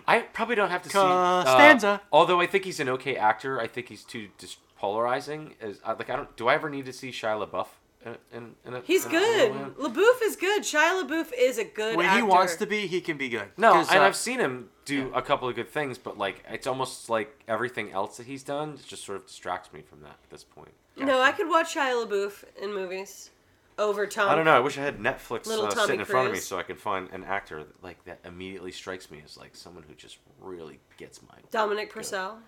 Speaker 2: I probably don't have to see.
Speaker 5: Costanza.
Speaker 2: Uh, although I think he's an okay actor, I think he's too dis- polarizing. As I- like I don't. Do I ever need to see Shia LaBeouf? In, in, in a,
Speaker 1: He's
Speaker 2: in a-
Speaker 1: good. LaBeouf is good. Shia LaBeouf is a good
Speaker 5: When
Speaker 1: actor.
Speaker 5: he wants to be, he can be good.
Speaker 2: No,
Speaker 5: 'Cause,
Speaker 2: and
Speaker 5: uh,
Speaker 2: I've seen him do a couple of good things, but like it's almost like everything else that he's done just sort of distracts me from that at this point.
Speaker 1: No, I could watch Shia LaBeouf in movies over Tom.
Speaker 2: I don't know. I wish I had Netflix
Speaker 1: Little
Speaker 2: uh,
Speaker 1: Tommy
Speaker 2: sitting in front of me
Speaker 1: Cruise.
Speaker 2: so I can find an actor that, like that immediately strikes me as like someone who just really gets mine.
Speaker 1: Dominic Purcell,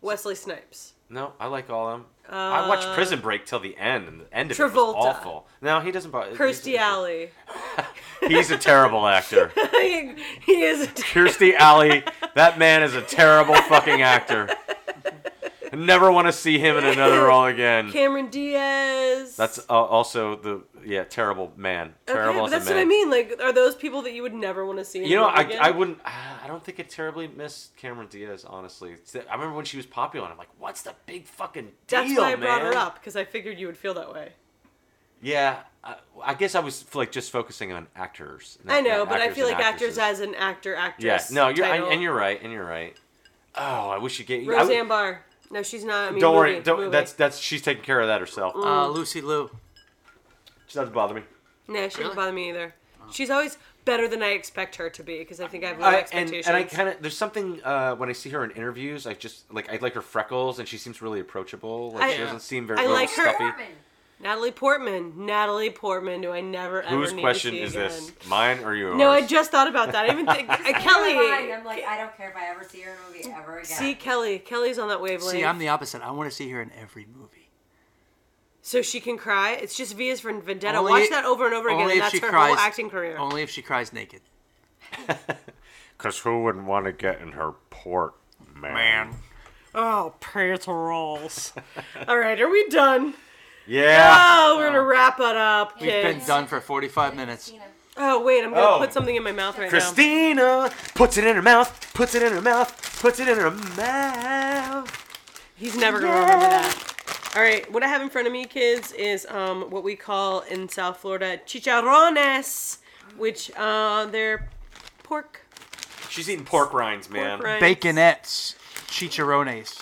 Speaker 1: Wesley Snipes.
Speaker 2: No, I like all of them. I watched Prison Break till the end, and the end of it was
Speaker 1: Uh, Travolta.
Speaker 2: awful. No, he doesn't. bother-
Speaker 1: Kirstie
Speaker 2: he's-
Speaker 1: Alley.
Speaker 2: He's a terrible actor.
Speaker 1: he he is. A
Speaker 2: Kirstie Alley, that man is a terrible fucking actor. I never want to see him in another role again.
Speaker 1: Cameron Diaz.
Speaker 2: That's uh, also the yeah terrible man.
Speaker 1: okay,
Speaker 2: Terrible
Speaker 1: but
Speaker 2: as
Speaker 1: that's
Speaker 2: a man.
Speaker 1: what I mean. Like, are those people that you would never want to see? in a
Speaker 2: You know,
Speaker 1: movie
Speaker 2: I,
Speaker 1: again?
Speaker 2: I wouldn't. I don't think I terribly miss Cameron Diaz. Honestly, It's that- I remember when she was popular, and I'm like, "What's the big fucking deal,
Speaker 1: That's why I brought
Speaker 2: man?"
Speaker 1: her up because I figured you would feel that way.
Speaker 2: Yeah, I, I guess I was like just focusing on actors. not-
Speaker 1: I know,
Speaker 2: not
Speaker 1: but I
Speaker 2: actors
Speaker 1: feel
Speaker 2: and
Speaker 1: like actors
Speaker 2: actresses.
Speaker 1: as an actor,
Speaker 2: Yeah,
Speaker 1: actress.
Speaker 2: no, you're I,
Speaker 1: title.
Speaker 2: and you're right, and you're right. Oh, I wish you get. I would-
Speaker 1: Roseanne Barr. No, she's not. I mean,
Speaker 2: don't
Speaker 1: movie,
Speaker 2: worry. Don't.
Speaker 1: movie. Mm.
Speaker 2: That's that's she's taking care of that herself.
Speaker 5: uh, Lucy Liu.
Speaker 2: She doesn't bother me.
Speaker 1: No, she
Speaker 5: Really?
Speaker 1: doesn't bother me either. She's always better than I expect her to be because I think I have low
Speaker 2: I, and,
Speaker 1: expectations.
Speaker 2: and I kind of there's something uh, when I see her in interviews. I just like I like her freckles, and she seems really approachable. Like
Speaker 1: I-
Speaker 2: she doesn't seem very
Speaker 1: I
Speaker 2: real
Speaker 1: like her-
Speaker 2: stuffy.
Speaker 3: Foreman.
Speaker 1: Natalie Portman. Natalie Portman. Do I never ever
Speaker 2: Whose
Speaker 1: need
Speaker 2: question
Speaker 1: to see
Speaker 2: is
Speaker 1: again.
Speaker 2: this? Mine or yours?
Speaker 1: No, I just thought about that. I even think
Speaker 3: I
Speaker 1: uh,
Speaker 3: can't lie,
Speaker 1: Kelly.
Speaker 3: I'm like, I don't care if I ever see her in a movie ever again.
Speaker 1: See Kelly. Kelly's on that wavelength.
Speaker 5: See, I'm the opposite. I want to see her in every movie.
Speaker 1: so she can cry. It's just V is for Vendetta.
Speaker 5: Only-
Speaker 1: Watch that over and over again.
Speaker 5: only
Speaker 1: And
Speaker 5: if
Speaker 1: that's
Speaker 5: she
Speaker 1: her
Speaker 5: cries-
Speaker 1: whole acting career.
Speaker 5: Only if she cries naked.
Speaker 2: Because who wouldn't want to get in her port, man?
Speaker 1: Oh, Peter rolls. All right, are we done?
Speaker 2: Yeah.
Speaker 1: Oh, we're gonna wrap it up,
Speaker 5: We've
Speaker 1: kids.
Speaker 5: been done for 45 minutes.
Speaker 3: Christina.
Speaker 1: Oh wait, I'm gonna
Speaker 2: Oh.
Speaker 1: put something in my mouth right now.
Speaker 2: Christina puts it in her mouth, puts it in her mouth, puts it in her mouth.
Speaker 1: He's never gonna remember that. All right, what I have in front of me, kids, is um, what we call in South Florida chicharrones, which uh, they're pork,
Speaker 2: She's eating pork rinds, man.
Speaker 1: pork rinds,
Speaker 5: Baconettes. Chicharrones.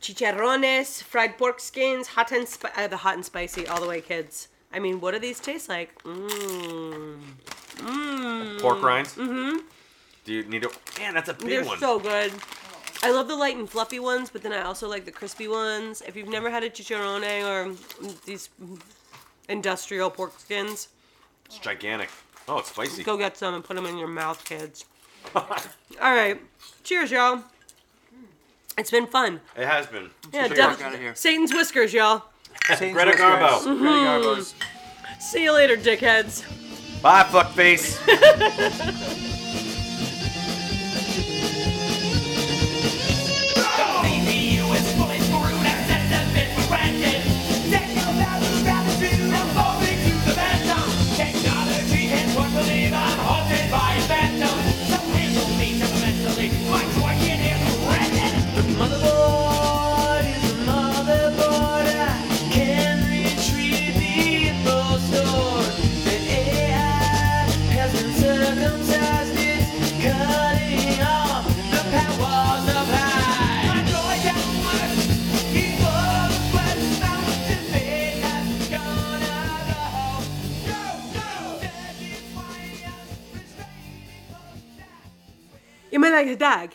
Speaker 1: chicharrones, fried pork skins, hot and spi- uh, the hot and spicy all the way, kids. I mean, what do these taste like? Mmm,
Speaker 2: Pork rinds. Mm-hmm. Do you need to? Man, that's a big
Speaker 1: they're
Speaker 2: one.
Speaker 1: so good. I love the light and fluffy ones, but then I also like the crispy ones. If you've never had a chicharrone or mm, these mm, industrial pork skins,
Speaker 2: It's gigantic. Oh, it's spicy.
Speaker 1: Go get some and put them in your mouth, kids. All right. Cheers, y'all. It's been fun.
Speaker 2: It has been.
Speaker 1: Yeah,
Speaker 5: Cheers.
Speaker 1: dev-
Speaker 5: Outta here.
Speaker 1: Satan's whiskers, y'all.
Speaker 2: Greta Garbo.
Speaker 5: Greta Garbo's.
Speaker 1: See you later, dickheads.
Speaker 2: Bye, fuckface.
Speaker 8: Has been turned
Speaker 1: then I get a dog.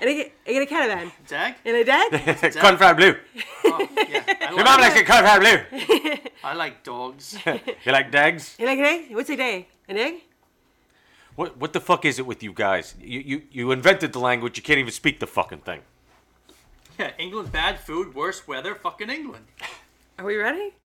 Speaker 1: And I get, I get a caravan.
Speaker 5: Dag?
Speaker 1: And a dog?
Speaker 2: Confirm blue.
Speaker 5: Oh, yeah. I
Speaker 2: Your mom
Speaker 5: like,
Speaker 2: likes it confirm blue.
Speaker 5: I like dogs.
Speaker 2: You like dags?
Speaker 1: You like an egg? What's a day? An egg?
Speaker 2: What what the fuck is it with you guys? You you, you invented the language. You can't even speak the fucking thing.
Speaker 5: Yeah, England, bad food, worse weather, fucking England.
Speaker 1: Are we ready?